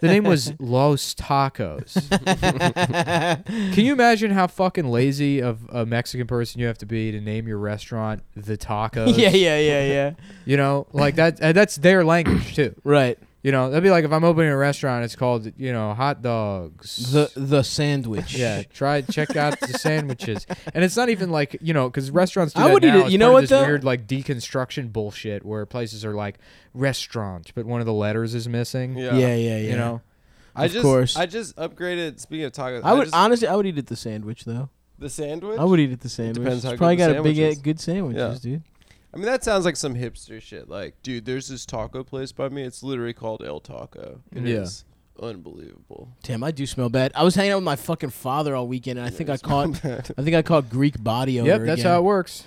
the name was Los Tacos. Can you imagine how fucking lazy of a Mexican person you have to be to name your restaurant the Tacos? yeah, yeah, yeah, yeah. You know, like that. uh, That's their language too. Right. You know, that'd be like if I'm opening a restaurant, it's called you know hot dogs. The the sandwich. yeah, try check out the sandwiches, and it's not even like you know because restaurants do I that would eat now. it- It's you part know of what, this though? weird like deconstruction bullshit where places are like restaurant, but one of the letters is missing. Yeah, yeah, yeah. You know, I of just course. I just upgraded. Speaking of tacos, I would just- honestly, I would eat it the sandwich though. the sandwich. I would eat it the sandwich. depends how It's good probably the got a big, sandwich is. good sandwiches, dude. I mean, that sounds like some hipster shit. Like, dude, there's this taco place by me. It's literally called El Taco. It is Yeah. unbelievable. Damn, I do smell bad. I was hanging out with my fucking father all weekend, and I think I caught. That. I think I caught Greek body odor. Yep, that's again. how it works.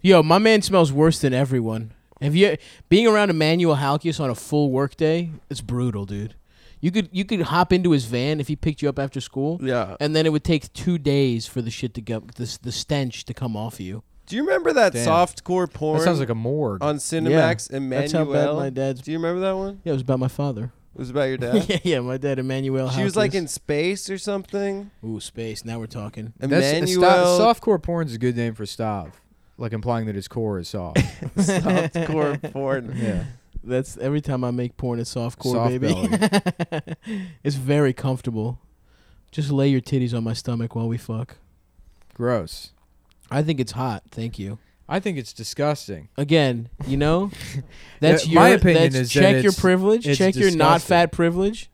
Yo, my man smells worse than everyone. Have you being around Emmanuel Halkias on a full work day? It's brutal, dude. You could you could hop into his van if he picked you up after school, Yeah. and then it would take two days for the shit to go the, the stench to come off you. Do you remember that Damn. softcore porn That sounds like a morgue. on Cinemax? Emmanuel. That's how bad my dad's. Do you remember that one? Yeah, it was about my father. It was about your dad. yeah, yeah, my dad Emmanuel. She was like Halkias. in space or something. ooh space. Now we're talking. That's, Emmanuel. soft, softcore porn's a good name for stav, like implying that his core is soft. softcore porn. yeah. That's every time I make porn, it's softcore, Soft baby. it's very comfortable. Just lay your titties on my stomach while we fuck. Gross. I think it's hot. Thank you. I think it's disgusting. Again, you know, that's Yeah, your, my opinion that's- is that check your it's- privilege. it's check your not disgusting. fat privilege.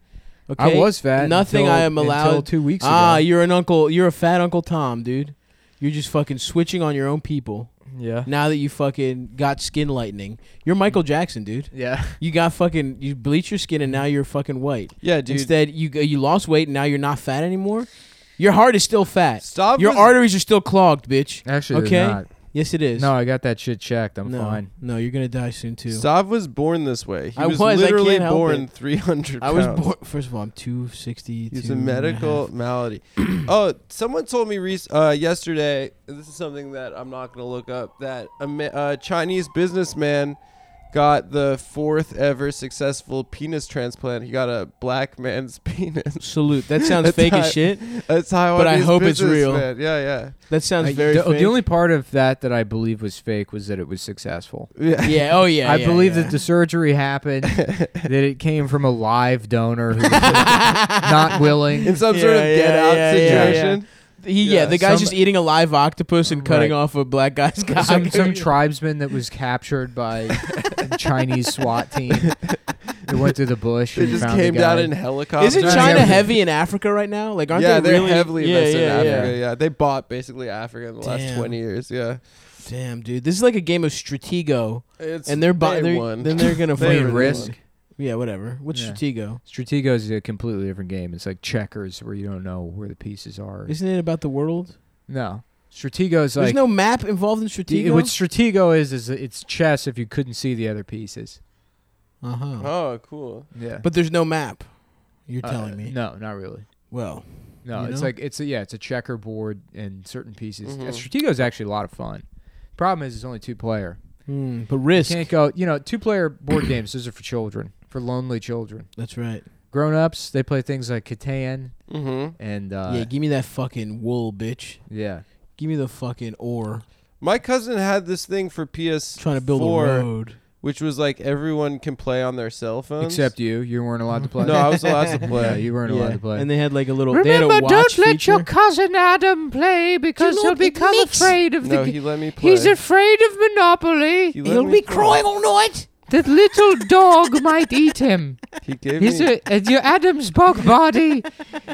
Okay, I was fat. Nothing until- I am Until allowed- two weeks ago. Ah, you're an uncle. You're a fat Uncle Tom, dude. You're just fucking switching on your own people. yeah. Now that you fucking got skin lightening, you're Michael Jackson, dude. Yeah. You got fucking you bleach your skin and now you're fucking white. Yeah, dude. Instead, you go- you lost weight and now you're not fat anymore. Your heart is still fat. Stop. Your was- arteries are still clogged, bitch. Actually, they're Okay. not. Yes, it is. No, I got that shit checked. I'm no, fine. no, you're gonna die soon too. Stav was born this way. He I was, was, I can't literally help born 300 I was pounds. born. First of all, I'm two sixty. It's a medical malady. oh, someone told me rec- uh, yesterday. This is something that I'm not going to look up. That a ma- uh, Chinese businessman got the fourth ever successful penis transplant. He got a black man's penis. Salute. That sounds That's fake how- as shit. That's how. But I hope it's real. Yeah, yeah, That sounds I- very. the, fake. the only part of that that I believe was fake was that it was successful. yeah. yeah. Oh yeah. I yeah, believe yeah. that the surgery happened, that it came from a live donor who was not willing. In some sort of Yeah, get yeah, out yeah, yeah, yeah. situation. He, yeah, Yeah, the guy's some- just eating a live octopus and cutting Right. off a black guy's cock. Some, some tribesman that was captured by a Chinese SWAT team that went through the bush They and just found a came down guy. in helicopters. Isn't Not China everything. heavy in Africa right now? Like, aren't yeah, they are really heavily yeah, invested yeah, in yeah. Africa. Yeah. they bought basically Africa in the last Damn. 20 years. Yeah, Damn, dude, this is like a game of Stratego, it's and they're, bu- they they're won. then they're gonna They fucking won. risk. Yeah, whatever. What's Yeah. Stratego? Stratego is a completely different game. It's like checkers where you don't know where the pieces are. Isn't it about the world? no, Stratego is There's like no map involved in it- Stratego. what Stratego is is it's chess if you couldn't see the other pieces. uh-huh. Oh, cool. Yeah, But there's no map. You're Uh, telling me. no, not really. Well, No, You it's know? like it's a, yeah, it's a checkerboard and certain pieces. Mhm. mm Stratego is actually a lot of fun. Problem is, it's only two player. hmm, but You risk. can't go. You know, two player board games. Those are for children, for lonely children. That's right. Grown ups, they play things like Catan Mm-hmm. and uh, yeah, yeah. give me that fucking wool, bitch. Give me the fucking ore. My cousin had this thing for PS4, Trying to build a road. which was like everyone can play on their cell phones. Except you, you weren't allowed to play. no, I was allowed to yeah, play. you weren't allowed to play. And they had like a little. they had a watch feature. cousin Adam play because he'll become afraid of no, he let me play. afraid of Monopoly. He let me play. all night. That little dog might eat him. He gave He's me. a, and uh, your Adam's bug body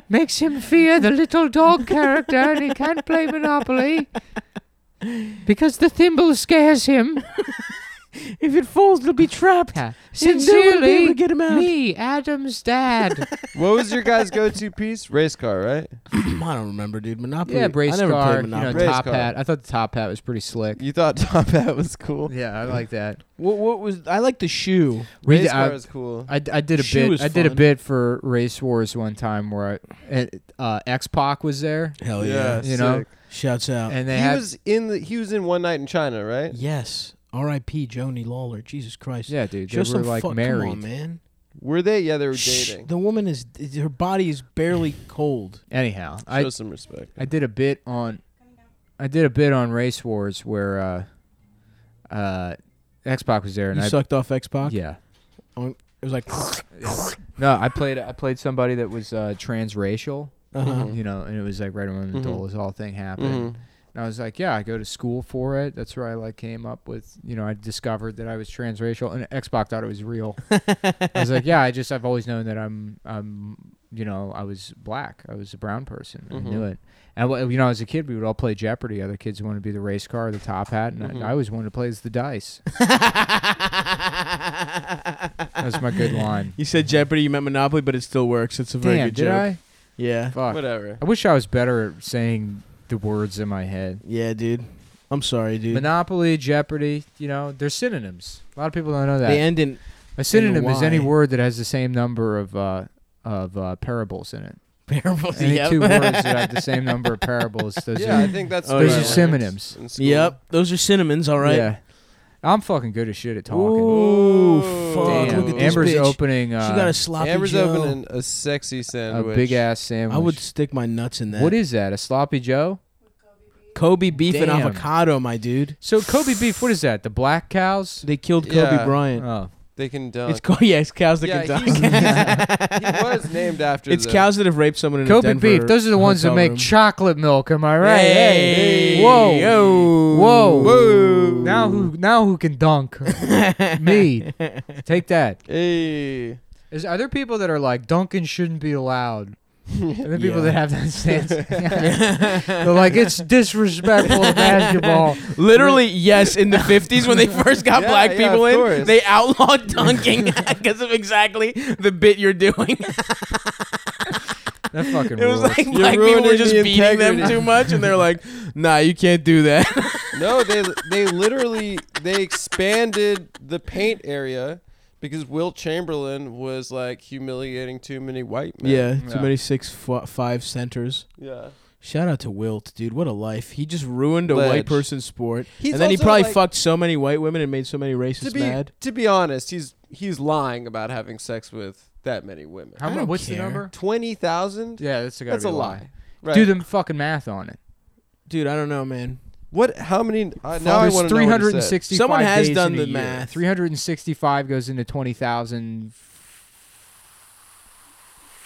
makes him fear the little dog character and he can't play Monopoly because the thimble scares him. If it falls, it'll be trapped. Sincerely, get him me, Adam's dad. what was your guys' go-to piece? Race car, right? I don't remember, dude. Monopoly. yeah, brace I never car, played you know, Monopoly. Race top car. hat. I thought the top hat was pretty slick. You thought Top Hat was cool. Yeah, I like that. what, what was? I like the shoe. We Race did- I- car was cool. I, I did a Shoe bit. is I did a fun. bit for Race Wars one time where I, uh, X Pac was there, Hell yeah, you know, sick. Shouts out. and He they had was in the. He was in One Night in China, right? yes. R.I.P. Joni Lawler. Jesus Christ. yeah, dude, Show they were some like fuck- married. Come on, man. Were they? Yeah, they were Shh, dating. the woman is. Her body is barely cold. Anyhow, I Show some respect. I did a bit on I did a bit on Race Wars where uh, uh, X Pac was there, and You I sucked off Xbox. yeah. It was like. No, I played I played somebody that was uh, transracial, Uh-huh. Mm-hmm. you know, and it was like right when the Mhm. Dolezal thing happened. Mhm. And I was like, yeah, I go to school for it. That's where I like came up with, you know, I discovered that I was transracial, and Xbox thought it was real. I was like, yeah, I just I've always known that I'm I'm you know I was black. I was a brown person. I Mm-hmm. knew Mhm. it. And well, you know, as a kid, we would all play Jeopardy. Other kids wanted to be the race car, the top hat, and Mhm. Mm-hmm. I, I always wanted to play as the dice. That's my good line. You said Jeopardy, you meant Monopoly, but it still works. It's a very Damn, good did joke. I? Yeah. Fuck. Whatever. I wish I was better at saying the words in my head. Yeah, dude. I'm sorry, dude. Monopoly, Jeopardy, you know, they're synonyms. A lot of people don't know that. they end in a synonym is any why. word that has the same number of uh, of uh, parables in it. parables. Any yep. two words that have the same number of parables. Those yeah, I are, think that's Oh, the those way are it works synonyms. in school. Yep. Those are cinnamons, all right. Yeah. I'm fucking good at shit at talking. Ooh, Ooh. fuck. Damn. Look at this Amber's bitch. opening she got uh, a sloppy Amber's joe. opening a sexy a sandwich. big ass sandwich. I would stick my nuts in that. What is that? A sloppy Joe? Kobe beef and Damn. avocado, my dude? So Kobe beef. What is that? The black cows? They killed Kobe Yeah. Bryant. Oh, They can dunk. it's co- yeah, it's cows that yeah, can dunk. he's- he's- he was named after. It's the, cows that have raped someone in a Kobe Denver beef. Those are the ones that hotel make room. chocolate milk. Am I right? Hey. Whoa. Yo. Whoa. Whoa. Now who? Now who can dunk? Me. Take that. Hey. There's other people that are like Duncan shouldn't be allowed. And then people Yeah. that have that stance, they're like it's disrespectful to basketball. Literally, yes, in the 50s when they first got Yeah, black yeah, people of in, course. they outlawed dunking because of exactly the bit you're doing. That fucking It was rules. like black people were ruining just the beating them integrity. too much, and they're like, nah, you can't do that. No, they they literally they expanded the paint area because Will Chamberlain was like humiliating too many white men. too many six five centers. Yeah. Shout out to Wilt, dude. What a life. He just ruined a Ledge. white person's sport. He's and then he also, probably like- fucked so many white women and made so many To racists be mad. to be honest, he's he's lying about having sex with that many women. How I much? don't What's the care. number? Twenty thousand? Yeah, that's gotta That's be a a lie. Right. Do the fucking math on it. Dude, I don't know, man. what? How many? Uh, now I There's want to know. What he said. 365 Someone has days done in a the year. math. 365 goes into 20,000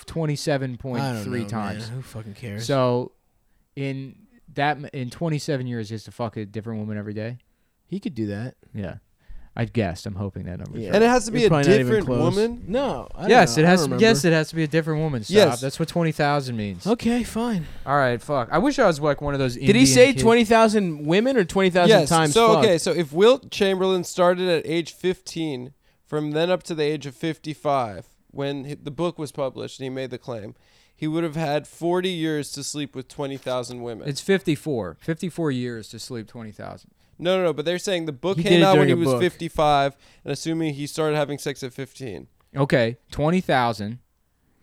27.3 times. Who fucking cares? So in that in 27 years he has to fuck a different woman every day. he could do that. Yeah. I guessed. I'm hoping that number. Yeah. Yeah. And it has to be You're a probably not even different close. woman. No. I don't Yes, know. it I has. don't yes, remember. it has to be a different woman. Stop. Yes. That's what twenty thousand means. Okay, fine. All right, fuck. I wish I was like one of those. Did he Indian say kids. twenty thousand women or twenty thousand yes. times? so fucked? okay. So if Wilt Chamberlain started at age fifteen, from then up to the age of fifty-five, when hi- the book was published and he made the claim, he would have had forty years to sleep with twenty thousand women. It's 54. 54 years to sleep twenty thousand. no, no, no. But they're saying the book He did came it out when he during a was book. fifty-five, and assuming he started having sex at fifteen. Okay, twenty thousand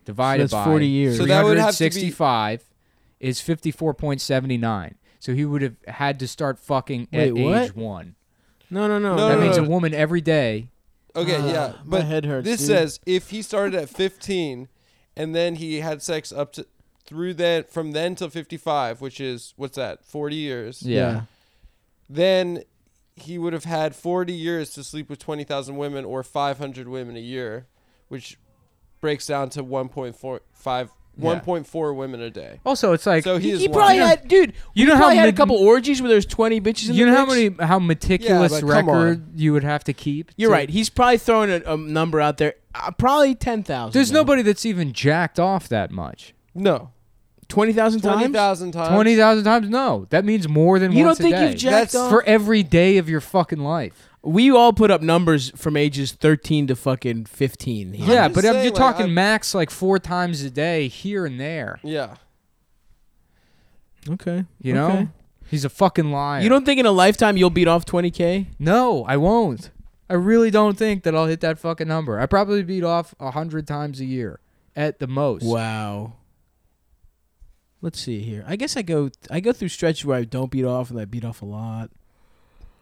divided So that's 40 years. So that would have to be- sixty-five is fifty-four point seventy-nine. So he would have had to start fucking at Wait, what? age one. No, no, no. No, that no, means no. a woman every day. Okay, Ah, yeah. my But head hurts, This dude. says if he started at 15 and then he had sex up to through that from then till 55, which is what's that? 40 years. Yeah. Then he would have had 40 years to sleep with 20,000 women or 500 women a year, which breaks down to 1.45 1.4 women a day. Also, it's like So he, He, is he one. probably had, dude. You he know how probably had a many- couple orgies where there's twenty bitches. in you the know how mix? many how meticulous but come record you would have to keep. You're to- right. He's probably throwing a, a number out there. Uh, probably ten thousand. There's nobody that's even jacked off that much. no twenty thousand times. 20,000 times. Twenty thousand times? No, that means more than You don't once a think day. you've jacked That's off? for every day of your fucking life. we all put up numbers from ages thirteen to fucking fifteen. here. yeah, just but I'm- saying, you're like, talking I'm- max like four times a day here and there. yeah. Okay. You know, Okay. he's a fucking liar. You don't think in a lifetime you'll beat off twenty k? No, I won't. I really don't think that I'll hit that fucking number. I probably beat off a hundred times a year at the most. Wow. Let's see here. I guess I go I go through stretches where I don't beat off and I beat off a lot.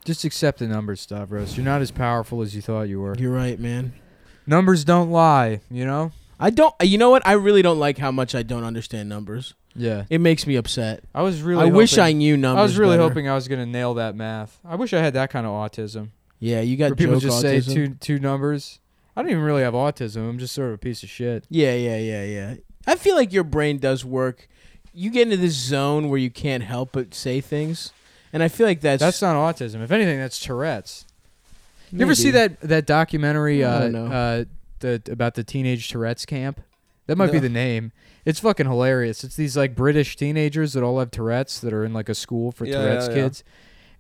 Just accept the numbers, Stavros. You're not as powerful as you thought you were. You're right, man. Numbers don't lie. You know. I don't you know what? I really don't like how much I don't understand numbers. Yeah. It makes me upset. I was really. I wish hoping- I knew numbers. I was really better. hoping I was gonna nail that math. I wish I had that kind of autism. Yeah, you Where got people joke just autism. say two two numbers. I don't even really have autism. I'm just sort of a piece of shit. Yeah, yeah, yeah, yeah. I feel like your brain does work you get into this zone where you can't help but say things, and I feel like that's That's not autism. If anything, that's Tourette's. You ever see maybe- that that documentary I uh, don't know. uh, the, about the teenage Tourette's camp? That might be No. the name. It's fucking hilarious. It's these like British teenagers that all have Tourette's that are in like a school for Yeah, Tourette's yeah, yeah. kids.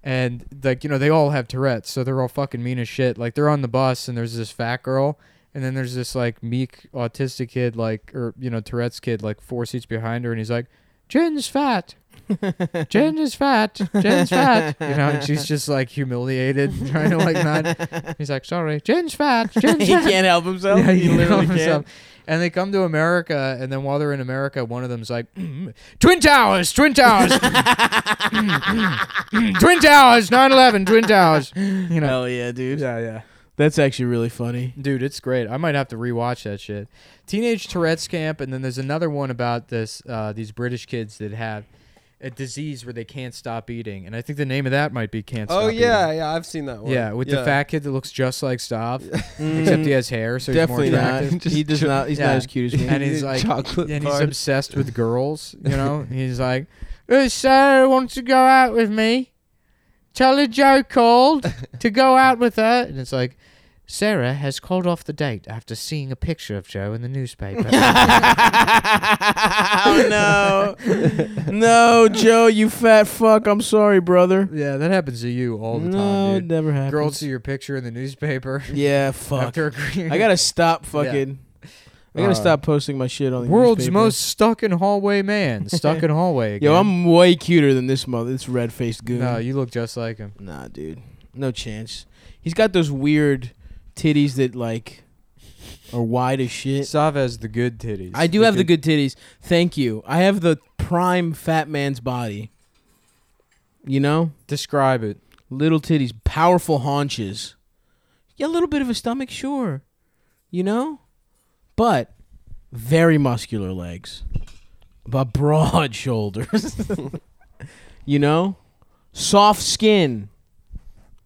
And like, you know, they all have Tourette's, so they're all fucking mean as shit. Like they're on the bus and there's this fat girl and then there's this like meek autistic kid like or you know, Tourette's kid like four seats behind her and he's like, Jen's fat. Jen is fat. Jen's fat. You know, and she's just like humiliated, and trying to like not. He's like, sorry, Jen's fat. Jen's he fat. can't help himself. Yeah, he you know literally what I'm can't. saying? And they come to America, and then while they're in America, one of them's like, "Mm, Twin Towers, Twin Towers, Twin Towers, 9 11, Twin Towers. You know, Hell yeah, dude. yeah, yeah. That's actually really funny. Dude, it's great. I might have to rewatch that shit. Teenage Tourette's Camp, and then there's another one about this uh, these British kids that have a disease where they can't stop eating, and I think the name of that might be can't. Oh Stop yeah, Eating. yeah, I've seen that one. yeah, with the fat kid that looks just like Stav, except Mm, he has hair, so definitely he's more not. attractive. he does not. He's not Yeah. as cute as me. And he's like, chocolate and he's bars. obsessed with girls. You know, he's like, "Uh, Sarah wants to go out with me. Tell her Joe called to go out with her." And it's like, Sarah has called off the date after seeing a picture of Joe in the newspaper. oh no, no, Joe, you fat fuck. I'm sorry, brother. yeah, that happens to you all the no, time, it dude. never happens. Girls see your picture in the newspaper yeah, fuck. after agreeing. I gotta stop fucking. I gotta Uh, stop posting my shit on the World's newspaper. most stuck in hallway man. Stuck in hallway. Again. Yo, I'm way cuter than this mother. This red faced goon. No, you look just like him. Nah, dude. No chance. He's got those weird titties that like are wide as shit. Sav has the good titties. I do have the good titties. Thank you. I have the prime fat man's body. You know? Describe it. Little titties, powerful haunches. Yeah, a little bit of a stomach, sure. You know? But very muscular legs. But broad shoulders. you know? Soft skin.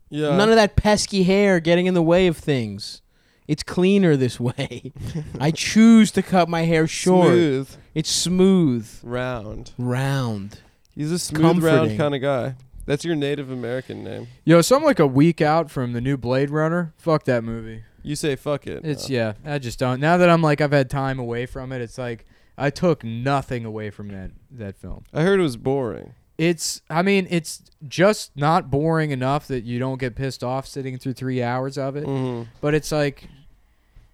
Yeah. None of that pesky hair getting in the way of things. It's cleaner this way. I choose to cut my hair short. Smooth, It's smooth, round. round. He's a smooth, round Comforting. kind of guy. That's your Native American name. Yo, so I'm like a week out from the new Blade Runner. Fuck that movie. You say fuck it. It's Uh, yeah. I just don't. Now that I'm like I've had time away from it, it's like I took nothing away from that that film. I heard it was boring. It's I mean it's just not boring enough that you don't get pissed off sitting through three hours of it. hmm But it's like,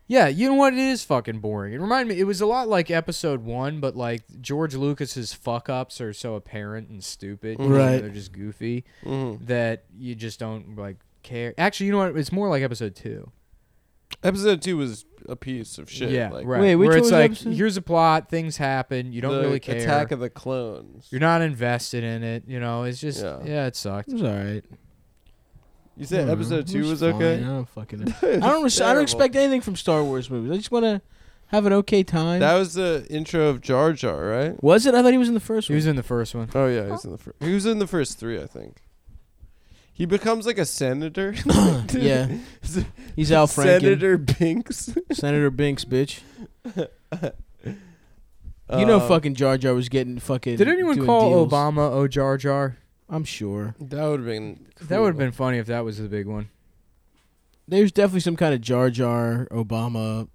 yeah, you know what? It is fucking boring. It reminded me. It was a lot like Episode One, but like George Lucas's fuck ups are so apparent and stupid. you know, Right. They're just goofy hmm that you just don't like care. Actually, you know what? It's more like Episode Two. Episode two was a piece of shit. Yeah, like, right. Wait, which Where one it's was like episode? here's a plot, things happen, you don't the really care. Attack of the Clones. You're not invested in it, you know. It's just Yeah. yeah, it sucked. It was all right. you Hmm. said episode two was okay. I don't fucking. I don't. res- I don't terrible. expect anything from Star Wars movies. I just want to have an okay time. That was the intro of Jar Jar, right? was it? I thought he was in the first He one. was in the first one. Oh yeah, he's in the first. He was in the first three, I think. He becomes like a senator. yeah, he's Al Franken. Senator Binks. Senator Binks, bitch. you know, Uh, fucking Jar Jar was getting fucking. Um, Did anyone doing call deals. Obama O Jar Jar? I'm sure That would have been. That would have cool. been funny if that was the big one. there's definitely some kind of Jar Jar Obama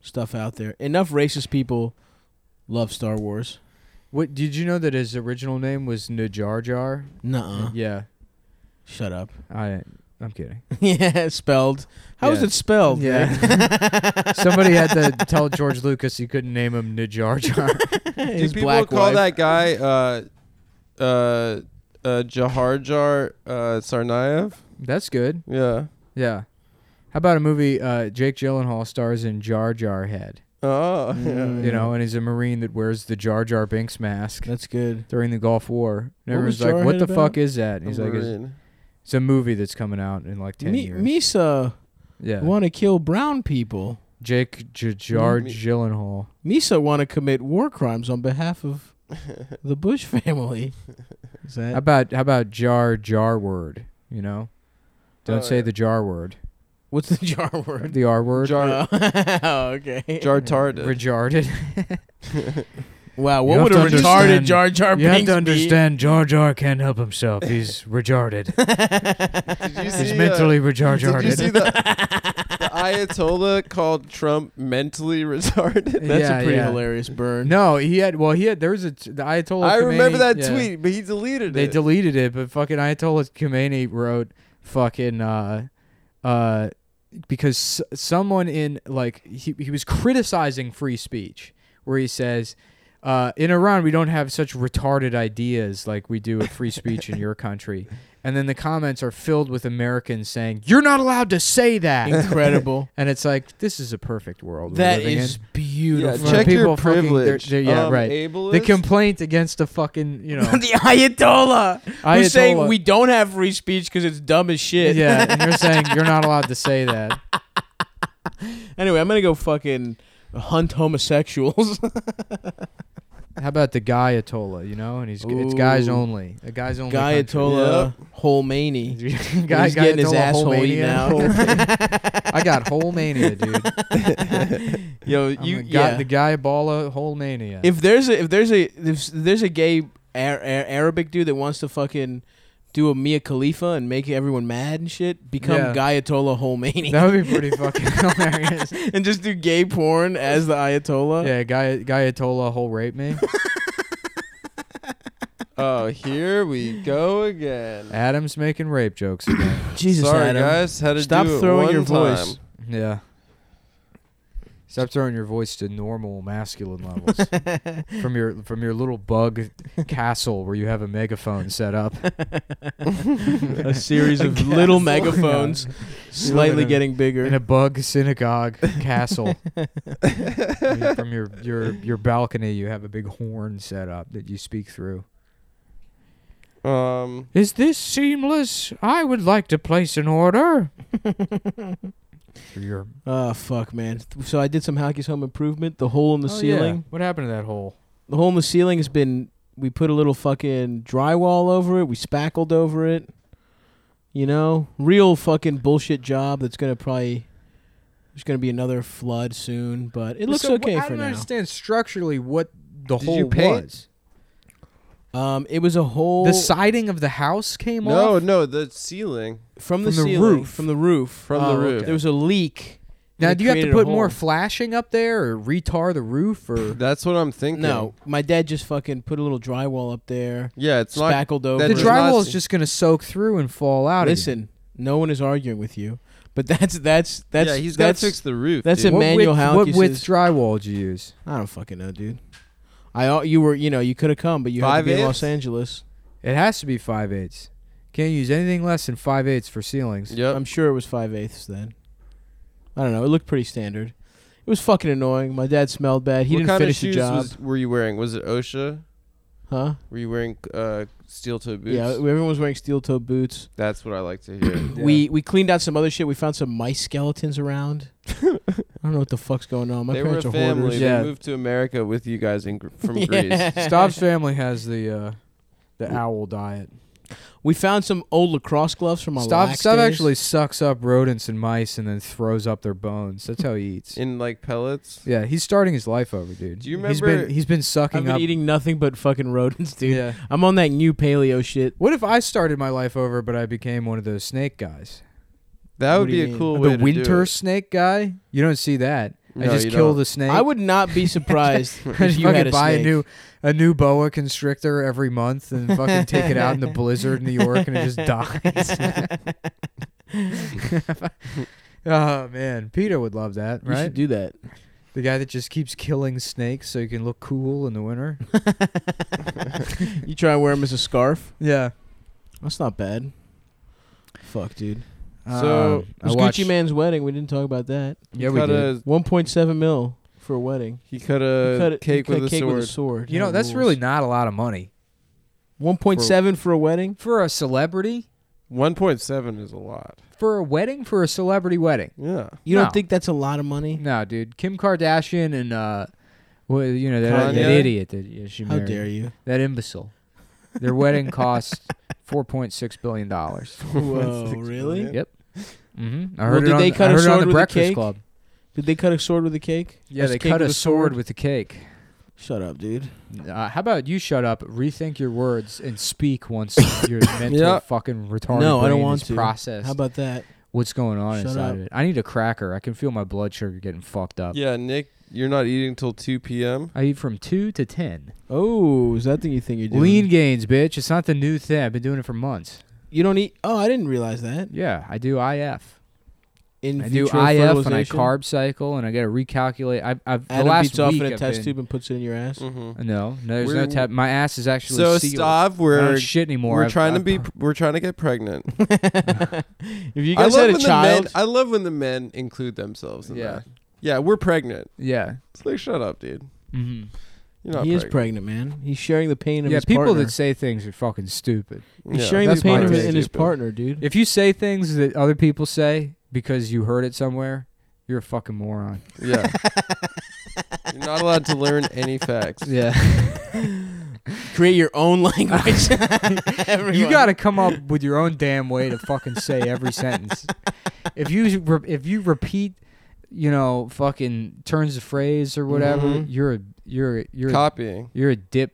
stuff out there. Enough racist people love Star Wars. What did you know that his original name was Najar Jar? Nuh-uh. Yeah, Shut up. I I'm kidding. yeah, spelled. How is Yeah. it spelled? Yeah. Nick? Somebody had to tell George Lucas he couldn't name him Najar Jar. Do His people black call wife. that guy uh, uh, uh, Jahar Jar uh, Tsarnaev? That's good. Yeah. Yeah. How about a movie? Uh, Jake Gyllenhaal stars in Jar Jar Head. Oh, Mm. yeah. you know, and he's a Marine that wears the Jar Jar Binks mask That's good. during the Gulf War. And What everyone's was like, Jarhead "What the about? fuck is that?" And he's A like, it's, Marine. "It's a movie that's coming out in like ten Mi- years." Misa yeah, want to kill brown people. Jake J- Jar Me- Gyllenhaal. Misa want to commit war crimes on behalf of the Bush family. Is How that about how about Jar Jar word? You know, don't Oh, say yeah. the Jar word, what's the jar word? the R word. Jar Oh, okay. Jar Tardis. Retarded. Wow, You what have would a to retarded understand- Jar Jar You have Binks to understand, Jar Jar can't help himself. He's retarded. be? Did you He's see, uh, mentally retarded. Did you see the, the Ayatollah called Trump mentally retarded? That's Yeah, a pretty yeah. hilarious burn. No, he had. Well, he had. There was a t- the Ayatollah. I remember Khomeini- that yeah. tweet, but he deleted They it. deleted it, but fucking Ayatollah Khomeini wrote fucking uh uh because s- someone in like he he was criticizing free speech where he says uh, in Iran, we don't have such retarded ideas like we do at free speech in your country. And then the comments are filled with Americans saying, "You're not allowed to say that." Incredible. and it's like this is a perfect world. we're that living is yeah, beautiful. When check people your fucking- they're- privilege. they're- yeah, um, right. in. Ableist? the complaint against the fucking you know the Ayatollah. Who's saying Ayatollah. we don't have free speech because it's dumb as shit. Yeah, and you're saying you're not allowed to say that. Anyway, I'm gonna go fucking hunt homosexuals. How about the guy Atola, you know? And he's it's guys Ooh. only. A guys only. Guy Ayatollah Holmani. Holmani. guy, He's getting his Ayatollah asshole Holmania. eaten out. Whole thing. I got whole mania, dude. Yo, I'm you the guy, yeah. the guy Bala whole mania. if there's a if there's a if there's a gay Ar- Ar- Arabic dude that wants to fucking do a Mia Khalifa and make everyone mad and shit, become Yeah. Guy Ayatollah Khomeini that would be pretty fucking hilarious. and just do gay porn as the Ayatollah. Yeah, guy guy Atola whole rape me. oh, here we go Ah, again. Adam's making rape jokes again. Jesus, Sorry, Adam. guys. How to Stop do it throwing one your voice. time. Yeah. Stop throwing your voice to normal masculine levels from your from your little bug castle where you have a megaphone set up. a series of little megaphones, slightly in a- getting bigger. in a bug synagogue castle. You- From your your your balcony, you have a big horn set up that you speak through. Um, Is this seamless? I would like to place an order. For your oh fuck, man! So I did some Hockey's Home Improvement. The hole in the Oh, yeah. ceiling. What happened to that hole? The hole in the ceiling has been. We put a little fucking drywall over it. We spackled over it. You know, real fucking bullshit job. That's gonna probably. There's gonna be another flood soon, but it looks So, wh- okay I for don't now. understand structurally what the Did you hole paint? was. Um, it was a hole The siding of the house came no, off. no, the ceiling. from the, from the ceiling, roof. from the roof, From the Oh, roof. There was a leak. Now, It do you have to created a put more hole. flashing up there or retar the roof or? That's what I'm thinking. No, my dad just fucking put a little drywall up there, Yeah, it's not. spackled over. the That it. does dry- drywall not is se- just going to soak through and fall out. again. Listen, no one is arguing with you, but that's that's that's yeah, he's got that's to fix the roof. that's dude. a- What Emmanuel width- Halleck What uses- width drywall do you use? I don't fucking know, dude. I al- you were you know you could have come, but you had to Five be in eighths? Los Angeles. It has to be five eighths. Can't use anything less than five eighths for ceilings. Yep. I'm sure it was five eighths then. I don't know. It looked pretty standard. It was fucking annoying. My dad smelled bad. He what didn't kind finish of shoes the job, Was, were you wearing? Was it OSHA? huh? Were you wearing uh, steel toe boots? Yeah, everyone was wearing steel toe boots. That's what I like to hear. We we cleaned out some other shit. We found some mice skeletons around. I don't know what the fuck's going on. My they were parents a are family. hoarders. Yeah. They moved to America with you guys in, Gr- from Yeah. Greece. Staub's family has the uh, the owl diet. We found some old lacrosse gloves from my Staub, lax Staub days. actually sucks up rodents and mice and then throws up their bones. That's how he eats. In like pellets. yeah, he's starting his life over, dude. Do you He's remember- been he's been sucking I've been up. eating nothing but fucking rodents, dude. Yeah. I'm on that new paleo shit. What if I started my life over, but I became one of those snake guys? That What would do be you a mean? cool way the to do winter it. snake guy? You don't see that. I No, just you kill don't. the snake. I would not be surprised I if just you fucking had a buy snake. a new a new boa constrictor every month and fucking take it out in the blizzard in New York and it just dies. oh man, Peter would love that, You should right? do that. the guy that just keeps killing snakes so you can look cool in the winter. You try and wear them as a scarf. yeah. That's not bad. Fuck, dude. So, Um, It I was watched- Gucci Man's wedding. We didn't talk about that. Yeah, we cut did. a, 1.7 mil for a wedding. he cut Uh, You a cut it- you cake, cut with, cake a sword. with a sword. You know, Yeah, that's rules. really not a lot of money 1.7 for a wedding. for a celebrity. One point seven is a lot. For a wedding, for a celebrity wedding. Yeah. You No. don't think that's a lot of money? No, dude. Kim Kardashian and uh, well, you know that, that Kanye? idiot that yeah, she How married. dare you? That imbecile. Their wedding cost four point six billion dollars. Whoa, really? Yep. Mm-hmm. I Well, heard did it on, they the- cut I a heard it sword on the with a Breakfast cake? Club. Did they cut a sword with a cake? Yeah, Just they cake cut with a sword with a cake. Shut up, dude. Uh, how about you shut up, rethink your words, and speak once your mental Yeah. fucking retarded No, I brain don't want is to. processed. How about that? What's going on Shut inside up. of it? I need a cracker. I can feel my blood sugar getting fucked up. Yeah, Nick, you're not eating till 2 p.m. I eat from two to ten. Oh, is that the new thing you're doing? Lean gains, bitch. It's not the new thing. I've been doing it for months. You don't eat. Oh, I didn't realize that. Yeah, I do IF. In I do vitro IF and I fertilization? carb cycle and I got to recalculate. I've, I've the Adam last beats off week in a I've test been- tube and puts it in your ass. Mm-hmm. No, no, there's We're- no tap. My ass is actually So sealed. Stav, I don't we're shit anymore. we're I've- trying to I've- be we're trying to get pregnant. Mm. if you I guys love had when a child, The men, I love when the men include themselves in Yeah. that. Yeah, we're pregnant. Yeah. It's like shut up, dude. hmm You're not he is pregnant. pregnant, man. He's sharing the pain of Yeah, his people partner. that say things are fucking stupid. He's Yeah. sharing the that's pain my of it take. in his Stupid. partner, dude. If you say things that other people say because you heard it somewhere, you're a fucking moron. Yeah. You're not allowed to learn any facts. Yeah. Create your own language. you got to come up with your own damn way to fucking say every sentence. If you re- if you repeat, you know, fucking turns of phrase or whatever, Mm-hmm. Mhm. you're a you're a, you're a, Copying. you're a dip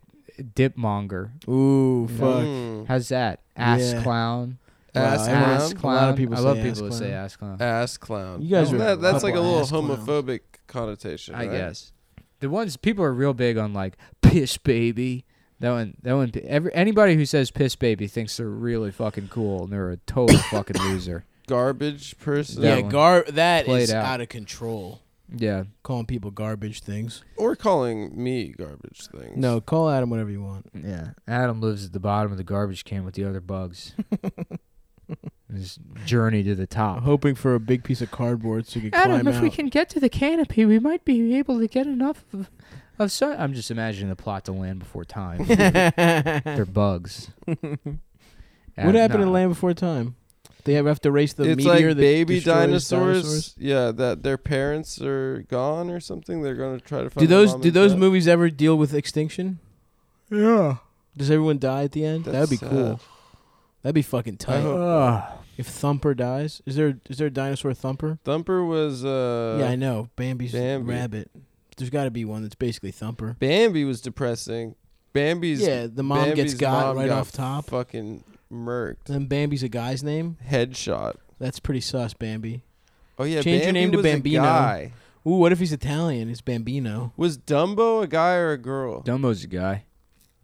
dip monger. Ooh, You know? fuck. Mm. How's that? Ass Yeah. clown. Wow, Ass I remember- clown. A lot of people I love say people ass that say clown. ass clown. Ass clown. You guys Isn't are that, a that's like a couple little ass clowns. homophobic connotation. I right? guess. The ones people are real big on like piss baby. That one that one every anybody who says piss baby thinks they're really fucking cool and they're a total fucking loser. Garbage person That Yeah, one. gar- that Played is out. out. of control. Yeah. Calling people garbage things. or calling me garbage things. No, call Adam whatever you want. Yeah. Adam lives at the bottom of the garbage can with the other bugs. His journey to the top. Hoping for a big piece of cardboard so you can Ah. Adam, climb if out. we can get to the canopy, we might be able to get enough of Of so- I'm just imagining the plot to Land Before Time. They're what bugs. happened in in Land Before Time? They have have to race the it's meteor that like baby destroys dinosaurs, dinosaurs. Yeah, that their parents are gone or something. They're gonna try to Do find. their those mom do and those dad. movies ever deal with extinction? Yeah. Does everyone die at the end? that would be That's cool. That'd be fucking tight. hope- If Thumper dies, is there is there a dinosaur Thumper? Thumper was. Uh, yeah, I know. Bambi's Bambi. rabbit. There's got to be one that's basically Thumper. Bambi was depressing. Bambi's. yeah, the mom Bambi's gets got mom right got off top. Fucking murked. Then Bambi's a guy's name. Headshot. That's pretty sus, Bambi. Oh yeah. Change your Bambi name to was a Bambino. guy. Ooh, what if he's Italian? It's Bambino. Was Dumbo a guy or a girl? Dumbo's a guy.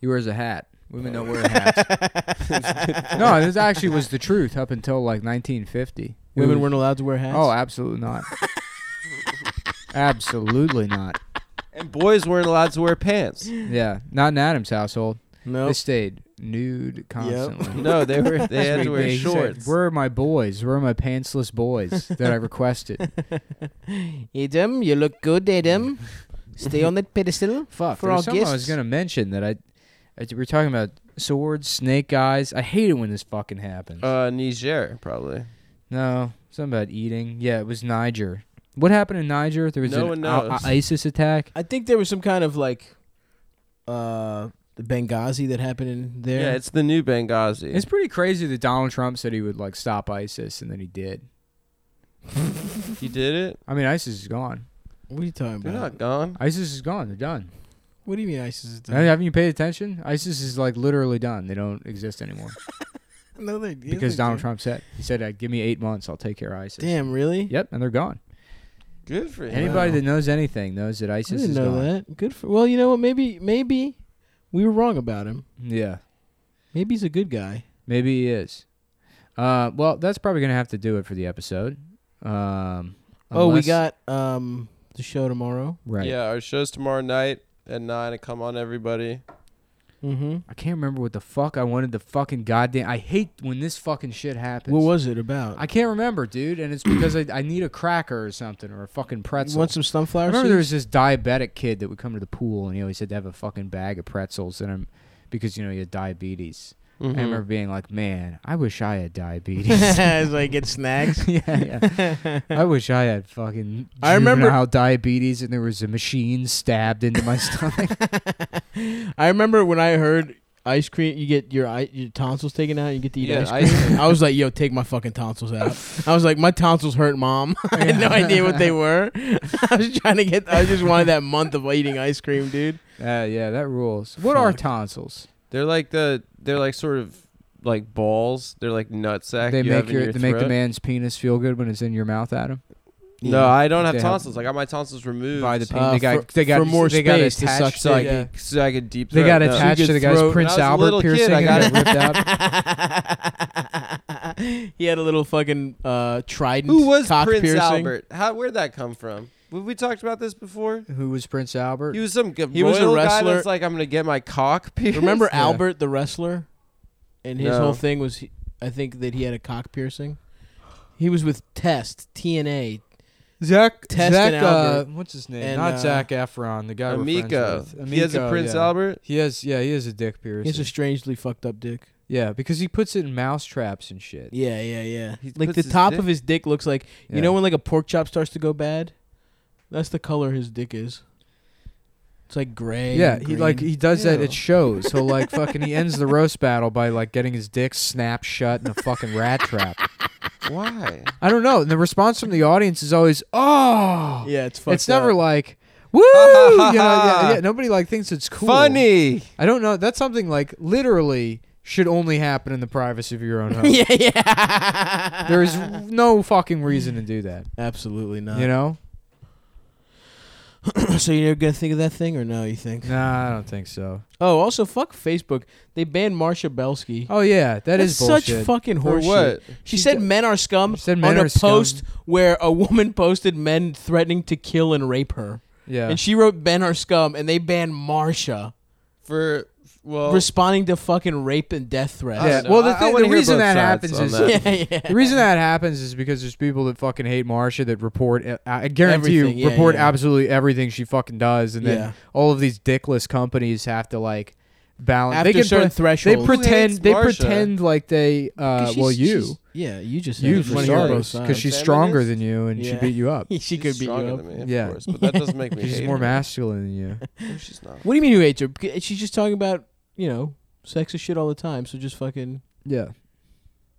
He wears a hat. Women don't wear hats. no, this actually was the truth up until like 1950. Women It was- weren't allowed to wear hats. Oh, absolutely not. absolutely not. and boys weren't allowed to wear pants. Yeah, not in Adam's household. no. They stayed nude constantly. No, they were. They had They- to wear they said, shorts. Where are my boys? Where are my pantsless boys that I requested? Adam, you look good, Adam. Stay on that pedestal. Fuck, For there our was something I was guests. gonna mention that I, I we we're talking about swords, snake eyes. I hate it when this fucking happens. Uh, Niger probably. No, something about eating. Yeah, it was Niger. What happened in Niger? There was No an one I- knows. ISIS attack. I think there was some kind of like uh the Benghazi that happened in there. Yeah, it's the new Benghazi. It's pretty crazy that Donald Trump said he would like stop ISIS, and then he did. he did it. I mean, ISIS is gone. what are you talking They're about? not gone. ISIS is gone. They're done. What do you mean ISIS is Hey, done? Haven't you paid attention? ISIS is like literally done. They don't exist anymore no, they, because Donald Trump said he said, uh, "Give me eight months, I'll take care of ISIS." Damn, really? Yep, and they're gone. Good for him. Anybody Wow. that knows anything knows that ISIS I didn't is know gone. that. Good for. Well, you know what? Maybe maybe we were wrong about him. Yeah, Maybe he's a good guy. maybe he is. Uh, well, that's probably gonna have to do it for the episode. Um, Oh, we unless- got um the show tomorrow. right. Yeah, our show's tomorrow night at nine. Come on, everybody. Mm-hmm. I can't remember what the fuck I wanted the fucking goddamn. I hate when this fucking shit happens. What was it about? I can't remember, dude, and it's because I, I need a cracker or something or a fucking you pretzel. want some I sunflower remember there seeds? was this diabetic kid that would come to the pool, and he always had to have a fucking bag of pretzels in him because you know he had diabetes. Mm-hmm. I remember being like, man, I wish I had diabetes. As I get snacks. yeah, yeah. I wish I had fucking. I remember- how diabetes, and there was a machine stabbed into my stomach. I remember when I heard ice cream, you get your i- your tonsils taken out, you get to eat Yeah, ice cream. ice cream. I was like, yo, take my fucking tonsils out. I was like, my tonsils hurt, mom. I had no idea what they were. I was trying to get, I just wanted that month of eating ice cream, dude. Uh, yeah, that rules. What are Fuck. tonsils? They're like the they're like sort of like balls. They're like nutsack. They you make have in your, your they make the throat. man's penis feel good when it's in your mouth, Adam. No, I don't have They have- tonsils. I got my tonsils removed. By the penis, Uh, they got for- they got for more they got space to attached suck to like dick. Yeah. so I could deep. they got throat. No. attached Good to the guy's throat. Prince When I was Albert a little kid, piercing. I and got it ripped out. he had a little fucking uh, trident. Who was cock Prince piercing. Albert? How where'd that come from? Have we talked about this before? Who was Prince Albert? He was some g- He was a royal guy wrestler. that's like, I'm gonna get my cock pierced. Remember Yeah. Albert the wrestler, and his No. whole thing was, he- I think that he had a cock piercing. He was with Test TNA. Zach Test Zach, and Albert. uh, what's his name? And, Not uh, Zach Efron, the guy we're Amico. friends with. He has a Amico, Prince yeah. Albert. He has, yeah, he has a dick piercing. He has a strangely fucked up dick. yeah, because he puts it in mouse traps and shit. Yeah, yeah, yeah. He like puts the his top dick- of his dick looks like Yeah. you know when like a pork chop starts to go bad. That's the color his dick is. It's like gray. Yeah, and he like green. he does that. Ew. It shows. So like fucking, he ends the roast battle by like getting his dick snapped shut in a fucking rat trap. Why? I don't know. And the response from the audience is always, "Oh, yeah, it's fucked. it's never up. like." Woo! You know, yeah, yeah, nobody like thinks it's cool. Funny. I don't know. That's something like literally should only happen in the privacy of your own home. yeah, yeah. There is no fucking reason to do that. absolutely not. You know? so you're gonna think of that thing or no? You think? Nah, I don't think so. Oh, also fuck Facebook. They banned Marsha Belsky. Oh yeah, that That's is bullshit. such fucking Or horseshit. what? She said d- men are scum She said men on are a scum. post where a woman posted men threatening to kill and rape her. yeah. And she wrote men are scum and they banned Marsha For well, responding to fucking rape and death threats. I Yeah. don't know. Well, the I- I thing- wanna the hear reason both that sides happens on is- that. yeah, yeah. the reason that happens is because there's people that fucking hate Marsha that report. uh, I guarantee Everything, you, yeah, report yeah. absolutely everything she fucking does, and then Yeah. all of these dickless companies have to like balance. After they can certain pre- they thresholds. pretend hates they Marsha? pretend like they. Uh, 'Cause she's- well, you, she's- Yeah, you just you said for one of your starters, starters, both sides. because she's Feminist? stronger than you, and she Yeah. beat you up. she She's could be stronger up. than me, of Yeah. course, but that doesn't make me. She's hate more her. masculine than you. No, She's not. What do you mean you hate her? Because She's just talking about, you know, sex is shit all the time, so just fucking Yeah,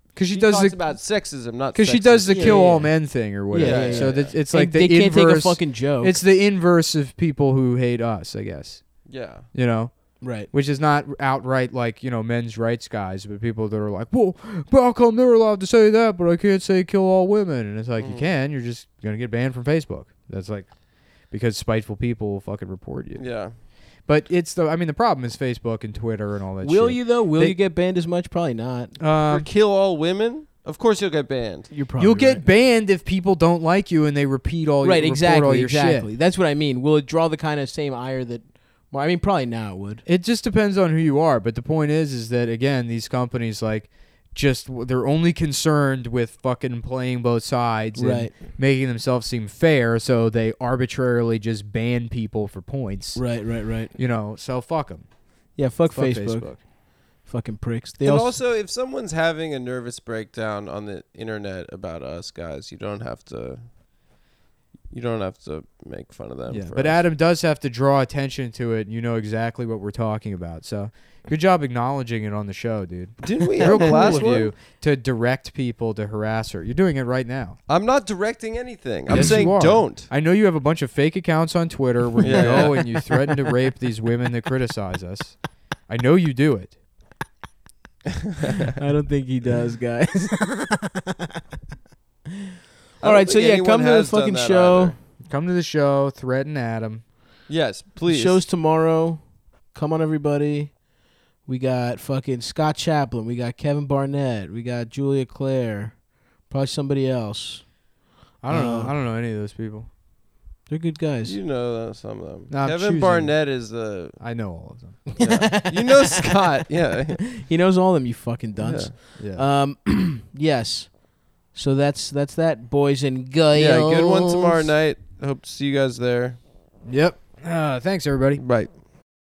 because she, She does talks the about sexism, not because she does the Yeah, kill yeah, all yeah. men thing or whatever. Yeah, yeah, so yeah. That it's And like the they can't inverse. take a fucking joke. it's the inverse of people who hate us, I guess. Yeah. You know, right. which is not outright like you know men's rights guys, but people that are like, well, but how come they're allowed to say that, but I can't say kill all women? And it's like you Mm. can. You're just gonna get banned from Facebook. That's like because spiteful people will fucking report you. Yeah. But it's the I mean the problem is Facebook and Twitter and all that. Will shit. you though? Will They- you get banned as much? Probably not. you? For kill all women, of course you'll get banned. You're probably You'll get banned if people don't like you and they repeat all right. your, Exactly. report all your exactly. shit. That's what I mean. Will it draw the kind of same ire that? Well, I mean, probably now it would. It just depends on who you are, but the point is, is that again, these companies like just they're only concerned with fucking playing both sides Right. and making themselves seem fair, so they arbitrarily just ban people for points. Right. Right. Right. You know, so fuck them. Yeah. Fuck, Fuck Facebook. Facebook. Fucking pricks. They and also, also, if someone's having a nervous breakdown on the internet about us guys, you don't have to. You don't have to make fun of them. Yeah, for but us. Adam does have to draw attention to it. And you know exactly what we're talking about. So, good job acknowledging it on the show, dude. didn't we Real have the cool last of one? you to direct people to harass her. You're doing it right now. I'm not directing anything. I'm Yes, you saying are. don't. I know you have a bunch of fake accounts on Twitter where you Yeah. go and you threaten to rape these women that criticize us. I know you do it. I don't think he does, guys. I All don't right. So think yeah, anyone come to the has done fucking that show. either. Come to the show, threaten Adam. Yes, please. Shows tomorrow. Come on, everybody. We got fucking Scott Chaplin. We got Kevin Barnett. We got Julia Claire. Probably somebody else. I don't Uh, know. I don't know any of those people. They're good guys. you know some of them. No, I'm Kevin choosing. Barnett is the. I know all of them. yeah. you know Scott. Yeah. He knows all them, you fucking dunce. Yeah. Yeah. Um, yes. So that's that's that, boys and girls. yeah. Good one tomorrow night. Hope to see you guys there. yep. Uh, thanks everybody. Right.